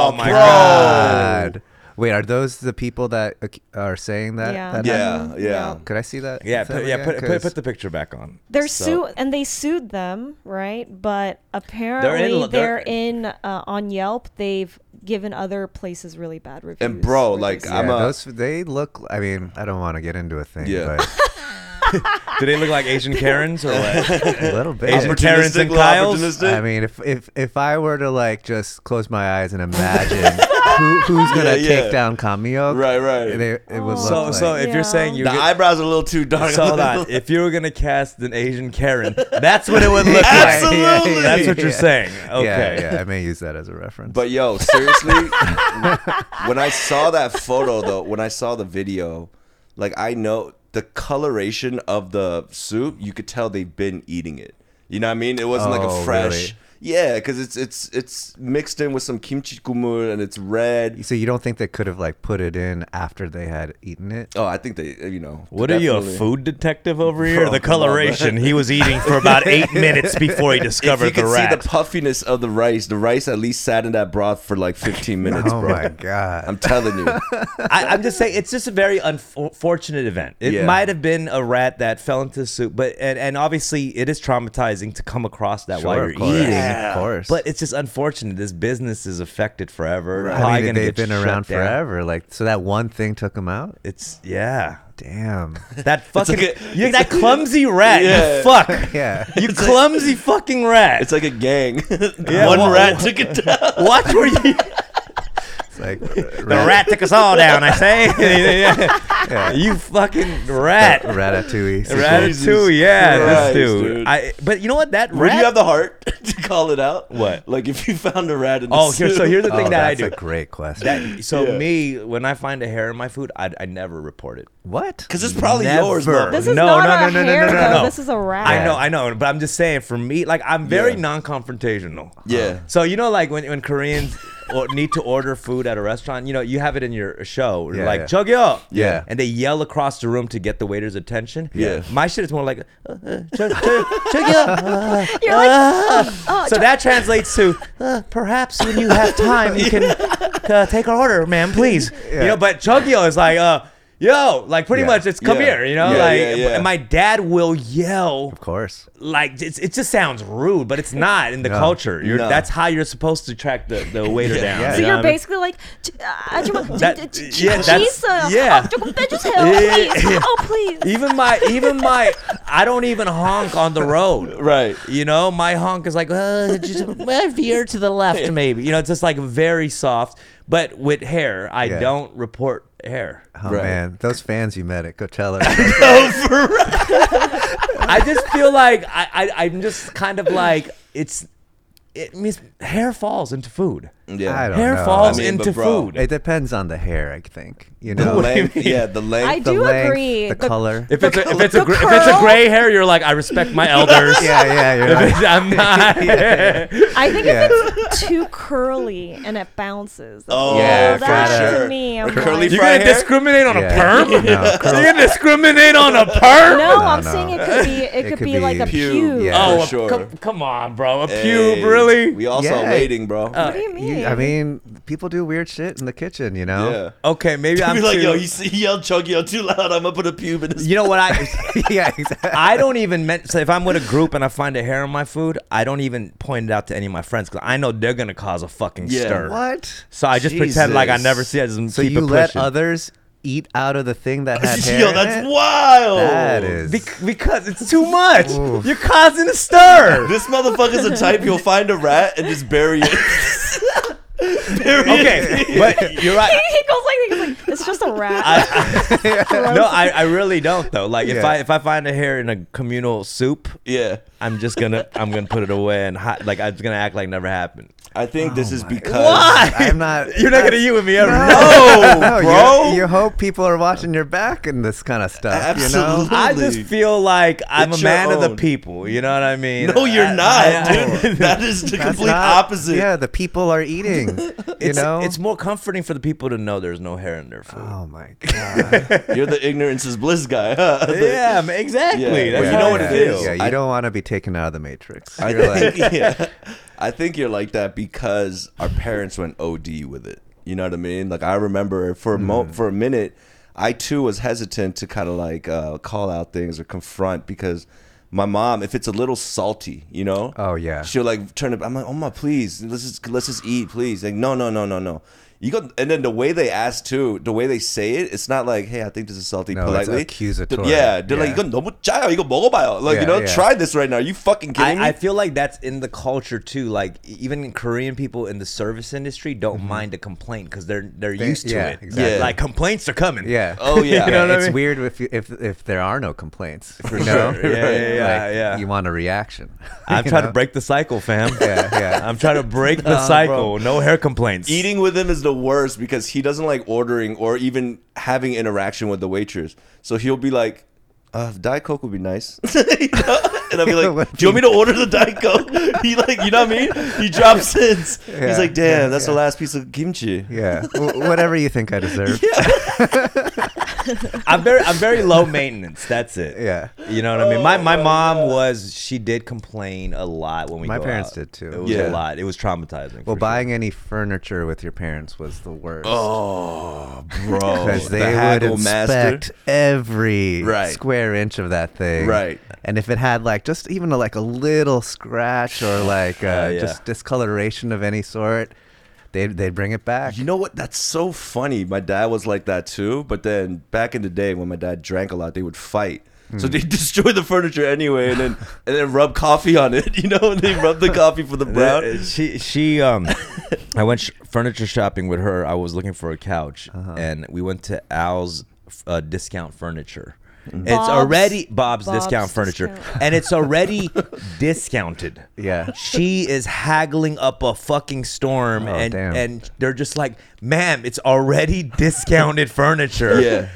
oh my bro. god! God. Wait, are those the people that ac- are saying that? Yeah. that happened? yeah, yeah, Yeah. Could I see that? Yeah, that put, yeah. again? Put, put, 'Cause- put the picture back on. They're So- sued and they sued them, right? But apparently they're lo- in, they're- uh, on Yelp. They've given other places really bad reviews. And bro, where they like, sued. I'm yeah, a- those they look. I mean, I don't want to get into a thing, Yeah. but Do they look like Asian Karens or what? a little bit. Asian Opportunistic, Karens and little Kyles? opportunistic. I mean, if if if I were to like just close my eyes and imagine who, who's Yeah, gonna yeah. take down Kamio, Right, right. It, it would look so like, so if Yeah. you're saying you the eyebrows are a little too dark. so hold on, if you were gonna cast an Asian Karen, that's what it would look Absolutely. like. That's what you're saying. Okay. Yeah, yeah, I may use that as a reference. But yo, seriously, when I saw that photo though, when I saw the video, like I know the coloration of the soup, you could tell they've been eating it. You know what I mean? It wasn't like Oh, a fresh. really? Yeah, because it's it's it's mixed in with some kimchi kumul and it's red. so you don't think they could have like put it in after they had eaten it? Oh, I think they, you know. What are you, a definitely- food detective over here? Bro, the come on, coloration he was eating for about eight minutes before he If you discovered the can see rat. the puffiness of the rice, the rice at least sat in that broth for like 15 minutes, oh bro. my god! I'm telling you. I, I'm just saying, it's just a very unfortunate event. It Yeah. might have been a rat that fell into the soup, but and, and obviously it is traumatizing to come across that while Sure, you're of course. eating. of course. But it's just unfortunate. This business is affected forever. Right. Probably I mean, gonna they've get been around shut down. forever. Like, so that one thing took them out. It's yeah. Damn. That fucking like a- you, that clumsy rat. Yeah. You fuck. Yeah. You clumsy fucking rat. It's like a gang. Yeah, One wha- rat took it down. Watch where you. It's like uh, The rat took us all down. I say. You fucking rat. Ratatouille. sequel. Ratatouille, yeah, this Christ, dude. dude. I but you know what that Would rat you have the heart to call it out? What? Like if you found a rat in the Oh, here, so soup. here's the Oh, thing that I that's do. a great question. that, so Yeah. me, when I find a hair in my food, I, I never report it. what? Cause it's probably yours, Never. bro. this is no, not no, no, a no, no, hair no, no, though. no. This is a rat. I know, I know, but I'm just saying for me, like I'm very Yeah. non-confrontational. Yeah. So you know, like when, when Koreans or need to order food at a restaurant, you know, you have it in your show, Yeah, like yeah. chug it up, Yeah. and they yell across the room to get the waiter's attention. Yeah. My shit is more like uh, uh, chug, chug, chug it up. uh, You're like, uh. oh, so that translates to uh, perhaps when you have time, you can uh, take our order, ma'am, please. You know, but chugyo is like. uh yo, like pretty Yeah. much it's come Yeah. here, you know? Yeah, like yeah, yeah. and my dad will yell Of course. like it's, it just sounds rude, but it's not in the culture. You're, No. That's how you're supposed to track the, the waiter down. yeah. you So know you're what I mean? basically like, "Ch- uh, do you want- That- ch- ch- yeah, that's- Jesus, yeah. oh, do- just help, please, oh please. even my even my I don't even honk on the road. Right. You know, my honk is like uh, just uh, veer to the left, maybe. You know, it's just like very soft. But with hair, I Yeah. don't report hair. Oh Right. man, those fans you met at Coachella. I just feel like I, I I'm just kind of like it's it means hair falls into food. Yeah. I don't Hair know. falls I mean, into but bro, food. it depends on the hair, I think. You The know, length, yeah, the I length. the do length, agree. the but color. If it's a, if it's a The gr- if it's a curl? gray hair, you're like I respect my elders. yeah, yeah, you're If right. it's- I'm not. I think Yeah. if it's too curly and it bounces, that's Oh, Yeah, for that sure. to me, I'm Or curly like- You're fry gonna hair. discriminate on Yeah. a perm? No, curl- You're gonna discriminate on a perm? No, I'm no. saying it could be it, could, could be, like be a pube. pube. Yeah. Oh, for a- sure. come, come on, bro. A Hey, pube, really? Uh, We all saw Yeah. waiting, bro. What do you mean? You, I mean, people do weird shit in the kitchen, you know. yeah. okay, maybe I'm Be like, too- yo, you see, he yelled chunky, yelled too loud. I'm gonna put a pube in his. You know what I? yeah, exactly. I don't even meant. So if I'm with a group and I find a hair on my food, I don't even point it out to any of my friends because I know they're gonna cause a fucking Yeah. stir. What? So I just pretend like I never Jesus. see it. Just So keep you it let pushing. others eat out of the thing that had hair? yo, in that's it? wild. That is. Bec- because it's too much. You're causing a stir. This motherfucker's a type you'll find a rat and just bury it. bury okay, it. but you're right. he goes like, he's like, it's just a rat. No, I, I really don't though. Like if Yeah. I if I find a hair in a communal soup, Yeah, I'm just gonna I'm gonna put it away and hot, like I'm just gonna act like never happened. I think Oh this is because. I'm not. You're not gonna eat with me ever. No, No, you- bro. You, hope people are watching your back and this kind of stuff. You Absolutely. know? I just feel like I'm It's a your man of the own. people. You know what I mean? No, you're I- not, I- I- dude. That is the That's complete not- opposite. Yeah, the people are eating. You It's, know. it's more comforting for the people to know there's no hair in their food. oh my god. You're the ignorance is bliss guy. Huh? yeah, man, exactly. Yeah, That's yeah, you know what yeah, it is. Yeah, you I- don't want to be taken out of the matrix. I You're like, think, yeah. I think you're like that because our parents went OD with it. You know what I mean? Like I remember for a Mm-hmm. mo- for a minute, I too was hesitant to kind of like uh, call out things or confront because my mom, if it's a little salty, you know, Oh, yeah. she'll like turn it. I'm like, oh my, please, let's just let's just eat, please. Like no, no, no, no, no. You go, and then the way they ask too, the way they say it, it's not like, hey, I think this is salty, No, it's politely. accusatory. Yeah, they're like, Yeah. you go, no, child, you go, 먹어봐요." like you Yeah, know, yeah. try this right now. you fucking kidding me? I, I feel like that's in the culture too. Like e, even Korean people in the service industry don't mind a complaint because they're they're Mm-hmm. They- used to yeah, it. exactly. Yeah. Like complaints are coming. yeah. Oh, yeah. You know what I it's mean? weird if you, if if there are no complaints. sure. For Yeah, yeah, yeah, yeah. You want a reaction. I'm you trying know? to break the cycle, fam. Yeah, yeah. I'm trying to break the cycle. No hair complaints. Eating with him is the worst because he doesn't like ordering or even having interaction with the waitress. So he'll be like, uh, Diet Coke would be nice. You know? and I'll be like, Do you want me to order the Diet Coke? he like, you know what I mean? He drops hints. He's Yeah, like, Damn, yeah, that's the yeah. last piece of kimchi. Yeah. W- whatever you think I deserve. Yeah. I'm very I'm very low maintenance. That's it. You know what I mean? My my mom was she did complain a lot when we Oh, My go parents out. did, too. It was Yeah. a lot. It was traumatizing. for Well, buying any furniture with your parents was the worst. Oh, bro. Because The they would haggle inspect every Right. square inch of that thing, Right. And if it had like just even like a little scratch or like uh, yeah. just discoloration of any sort, they they'd bring it back. You know what? That's so funny. My dad was like that too. But then back in the day when my dad drank a lot, they would fight. So they destroy the furniture anyway, and then and then rub coffee on it, you know, and they rub the coffee for the sure. brown. Uh, She she um I went sh- furniture shopping with her. I was looking for a couch Uh-huh. and we went to Al's uh, discount furniture. It's Mm-hmm. Bob's- already Bob's, Bob's discount furniture Discount. and it's already discounted. Yeah. She is haggling up a fucking storm Oh, and damn. and they're just like, "Ma'am, it's already discounted furniture." Yeah.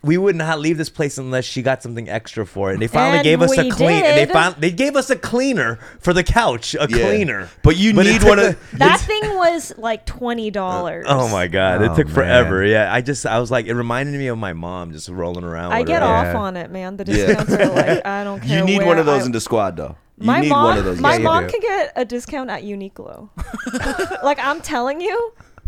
We would not leave this place unless she got something extra for it. And they finally And gave us a we clean. And they did. found they gave us a cleaner for the couch, a Yeah. cleaner. But you need it took one a- of- That thing was like twenty dollars. Oh my god, it Oh, took man. forever. Yeah, I just I was like, it reminded me of my mom just rolling around. I with get her. off Yeah. on it, man. The Yeah. discounts are like I don't care. You need where one of those I- in the squad, though. You my need mom, one of those. My you mom do. can get a discount at Uniqlo. like I'm telling you,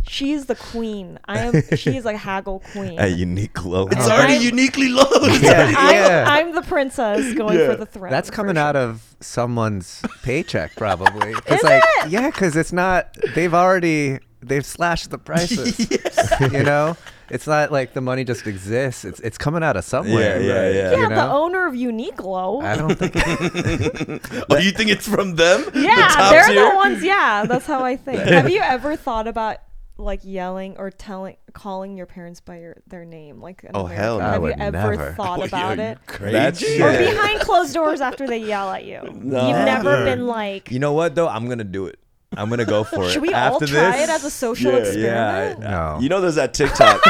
She is the queen. I am. she is a haggle queen. A unique glow. It's Oh. already I'm- uniquely low. It's already- I'm, Yeah. I'm the princess going Yeah. for the throne. That's coming out of someone's paycheck, probably. Is It's like, it? yeah, because it's not. They've already they've slashed the prices. You know, it's not like the money just exists. It's it's coming out of somewhere. Yeah, yeah, right? yeah. Yeah, You the know? owner of Uniqlo. I don't think. oh, you think it's from them? the yeah, top they're tier? the ones. Yeah, that's how I think. Have you ever thought about like yelling or telling, calling your parents by your, their name? Like, in Oh, America? hell no. Have I you would ever never. thought Well, about yeah, it? Crazy. That's Or Yeah. behind closed doors after they yell at you. You've never Never. been like, You know what though? I'm gonna do it. I'm gonna go for it. should we all After try this, it as a social Yeah, experiment? Yeah. I- No. You know, there's that TikTok.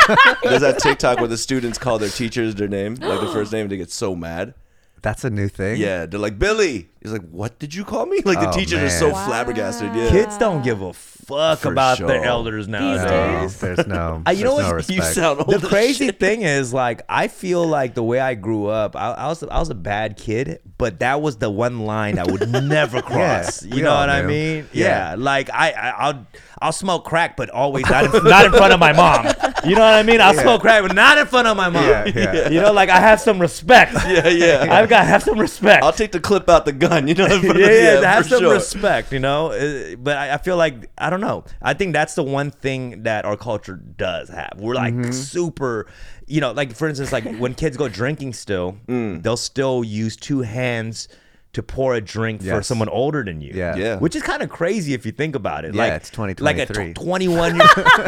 there's that TikTok where the students call their teachers their name, like the first name, and they get so mad. That's a new thing. Yeah, they're like Billy. He's like, "What did you call me?" Like the Oh, teachers are man. so Wow. flabbergasted. Yeah, Kids don't give a fuck For about sure. their elders These No, nowadays. days. there's no. Uh, you know there's no what's- respect. you sound old. The as crazy shit. thing is, like, I feel like the way I grew up, I, I was I was a bad kid, but that was the one line I would never cross. we you know all what I knew. mean? Yeah. Yeah. Like I, I I'll I'll smoke crack, but always not in, not in front of my mom. You know what I mean? I'll Yeah. smoke crack, but not in front of my mom. Yeah, yeah. You know, like I have some respect. Yeah, yeah. I've got to have some respect. I'll take the clip out the gun. You know, in front of- yeah, yeah, to have for some sure. respect, you know. Uh, But I, I feel like I don't know. I think that's the one thing that our culture does have. We're like super, you know, like for instance, like when kids go drinking, still they'll still use two hands to pour a drink for Yes. someone older than you. Yeah. Yeah. which is kind of crazy if you think about it. Yeah, like it's 20, Like a 23. twenty-one.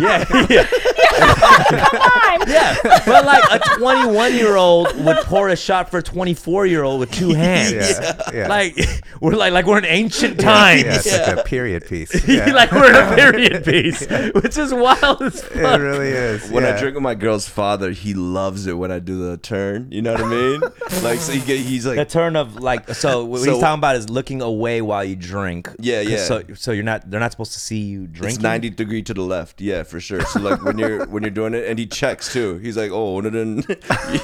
yeah, yeah. Yeah, but like a 21 year old would pour a shot for a 24 year old with two hands. Yeah, yeah. Like we're like like we're in ancient times. Yeah, it's like a period piece. Yeah. like we're in a period piece, which is wild as it fuck. really is. When yeah. I drink with my girl's father, he loves it when I do the turn. You know what I mean? like, so he get, he's The like, turn of like so what So- he's talking about is looking away while you drink. Yeah, 'Cause yeah. So so you're not they're not supposed to see you drinking. it's ninety degree to the left. Yeah, for sure. So like when you're when you're doing it, and he checks too. He's like, oh, no, no, no.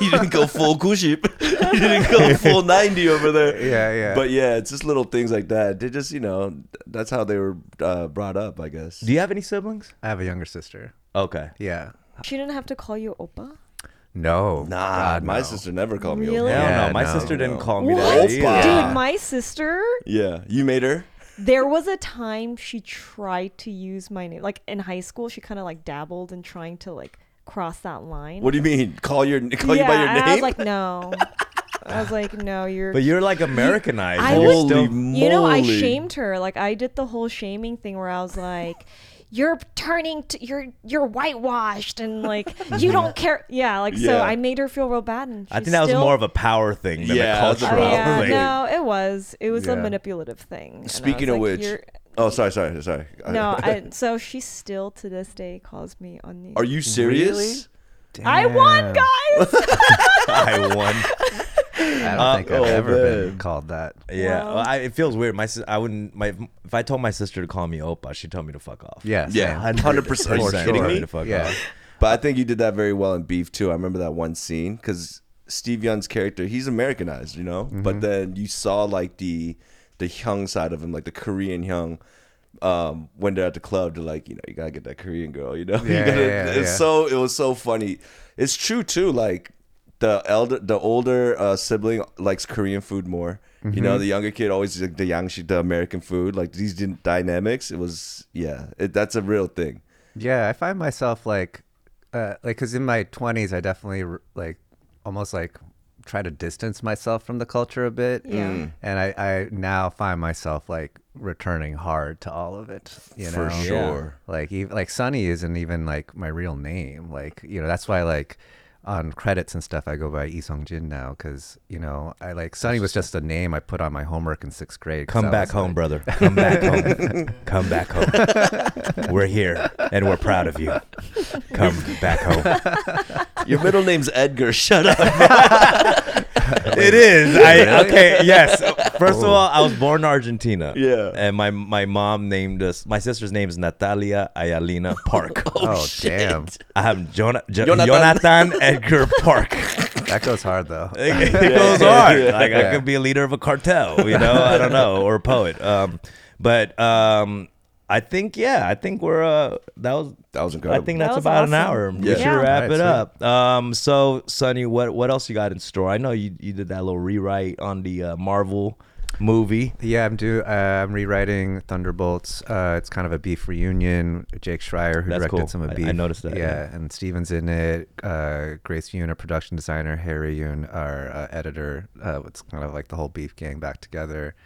you didn't go full kuship. you didn't go full ninety over there. Yeah, yeah. But yeah, it's just little things like that. They just you know th- that's how they were uh, brought up, I guess. Do you have any siblings? I have a younger sister. Okay. Yeah. She didn't have to call you Opa? No. Nah, God, my no. sister never called me. Really? Opa. Hell Yeah, no, my no, sister didn't no. call me What? that. either. Dude, my sister, Yeah, you made her. there was a time she tried to use my name. Like in high school, she kind of like dabbled in trying to like cross that line. What do you mean? Call your call you by your and name? I was like, no. I was like, no, you're. But you're like Americanized. I You're would- still- Holy moly! you know, I shamed her. Like I did the whole shaming thing where I was like, "You're turning. To, you're you're whitewashed and like you don't care." Yeah, like so Yeah. I made her feel real bad. And I think that was more of a power thing than Yeah, a that's a cultural Oh, yeah, thing. no, it was. It was Yeah. a manipulative thing. and I was Speaking of like, which, "You're-" oh sorry, sorry, sorry. no. I, so she still to this day calls me on the. Are you serious? I won, Damn. guys. I won. I don't Uh, think I've oh, ever been man. called that. Yeah, Wow. well, I, it feels weird. My sis- I wouldn't. My if I told my sister to call me Opa, she'd tell me to fuck off. Yeah. Yeah, same. hundred percent. Are you For kidding sure. me? To fuck Yeah. off. But I think you did that very well in Beef too. I remember that one scene because Steve Young's character, he's Americanized, you know. Mm-hmm. But then you saw like the the Hyung side of him, like the Korean Hyung. Um, when they're at the club, they're like, you know, you gotta get that Korean girl, you know. You Yeah, gotta- yeah, it's yeah. so it was so funny. It's true too. Like the elder, the older uh, sibling likes Korean food more. You Mm-hmm. know, the younger kid always like the Yangshi, the American food. Like these din- dynamics, it was yeah, it, that's a real thing. Yeah, I find myself like, uh, like, cause in my twenties, I definitely r- like, almost like, try to distance myself from the culture a bit. Yeah. Mm. And I, I now find myself like returning hard to all of it. You know, For sure. Like, even, like Sunny isn't even like my real name. Like, you know, that's why like. On credits and stuff, I go by Lee Sung Jin now because you know I like Sunny was just a name I put on my homework in sixth grade. 'cause Come I back was home, brother. Come back home. Come back home. We're here and we're proud of you. Come back home. Your middle name's Edgar. Shut up. It is. I okay. Yes. First of all, I was born in Argentina. Yeah. And my my mom named us. My sister's name is Natalia Ayalina Park. Oh, damn, I have Jonah, Jo- Jonathan. Jonathan Edgar Park. that goes hard though. it goes on. Like Yeah. I could be a leader of a cartel, you know. I don't know, or a poet. Um, but um, I think yeah, I think we're uh that was That was incredible. I think That that's was about an awesome. hour. Yeah. We should Yeah. wrap Alright, it up. sweet. Um so Sonny, what what else you got in store? I know you you did that little rewrite on the uh, Marvel movie. Yeah, I'm do. Uh, I'm rewriting Thunderbolts. Uh, it's kind of a beef reunion. Jake Schreier, who That's directed cool. some I- of I Beef, noticed that, yeah. and Steven's in it. Uh, Grace Yoon, a production designer, Harry Yoon, our uh, editor. Uh, it's kind of like the whole Beef gang back together,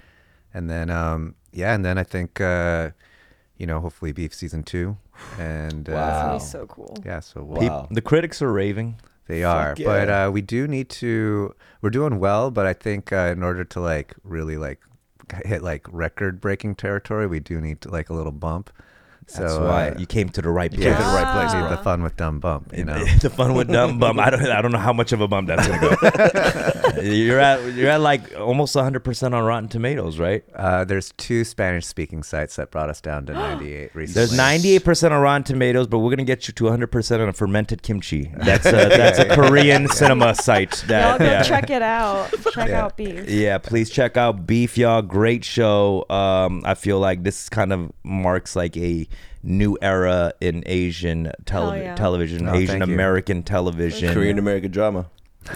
and then um, yeah, and then I think uh, you know, hopefully Beef season two, and That's uh, gonna Wow. be so cool. yeah, so we'll, Peop- Wow. the critics are raving. they are, Fuck but yeah. uh, we do need to. We're doing well, but I think uh, in order to like really like hit like record breaking territory, we do need to like a little bump. So That's why uh, you came to the right place. yeah, to the right place, Need bro. the fun with dumb bump, you know. the fun with dumb bum. I don't. I don't know how much of a bum that's gonna go. you're at. You're at like almost 100 percent on Rotten Tomatoes, right? Uh, there's two Spanish speaking sites that brought us down to 98 recently. There's 98 percent on Rotten Tomatoes, but we're gonna get you to 100 percent on a fermented kimchi. That's a that's a Korean cinema site. Y'all That go yeah. check it out. Check Yeah. out beef. Yeah, please check out Beef, y'all. Great show. Um, I feel like this kind of marks like a new era in Asian tele- Hell yeah. television, Oh, Asian thank you. American television. Korean American drama.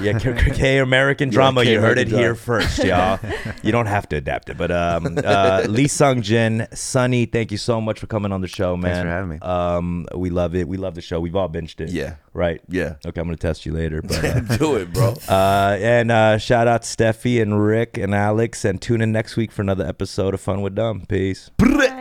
Yeah, K- K- K- American drama. you heard it K-American here drama. first, y'all. you don't have to adapt it. But um, uh, Lee Sung Jin, Sunny, thank you so much for coming on the show, man. for having me. Um, we love it. We love the show. We've all binged it. Yeah. Right. Yeah. Okay, I'm gonna test you later. But uh, Do it, bro. uh, and uh, shout out Steffi and Rick and Alex, and tune in next week for another episode of Fun with Dumb. Peace. Brrr.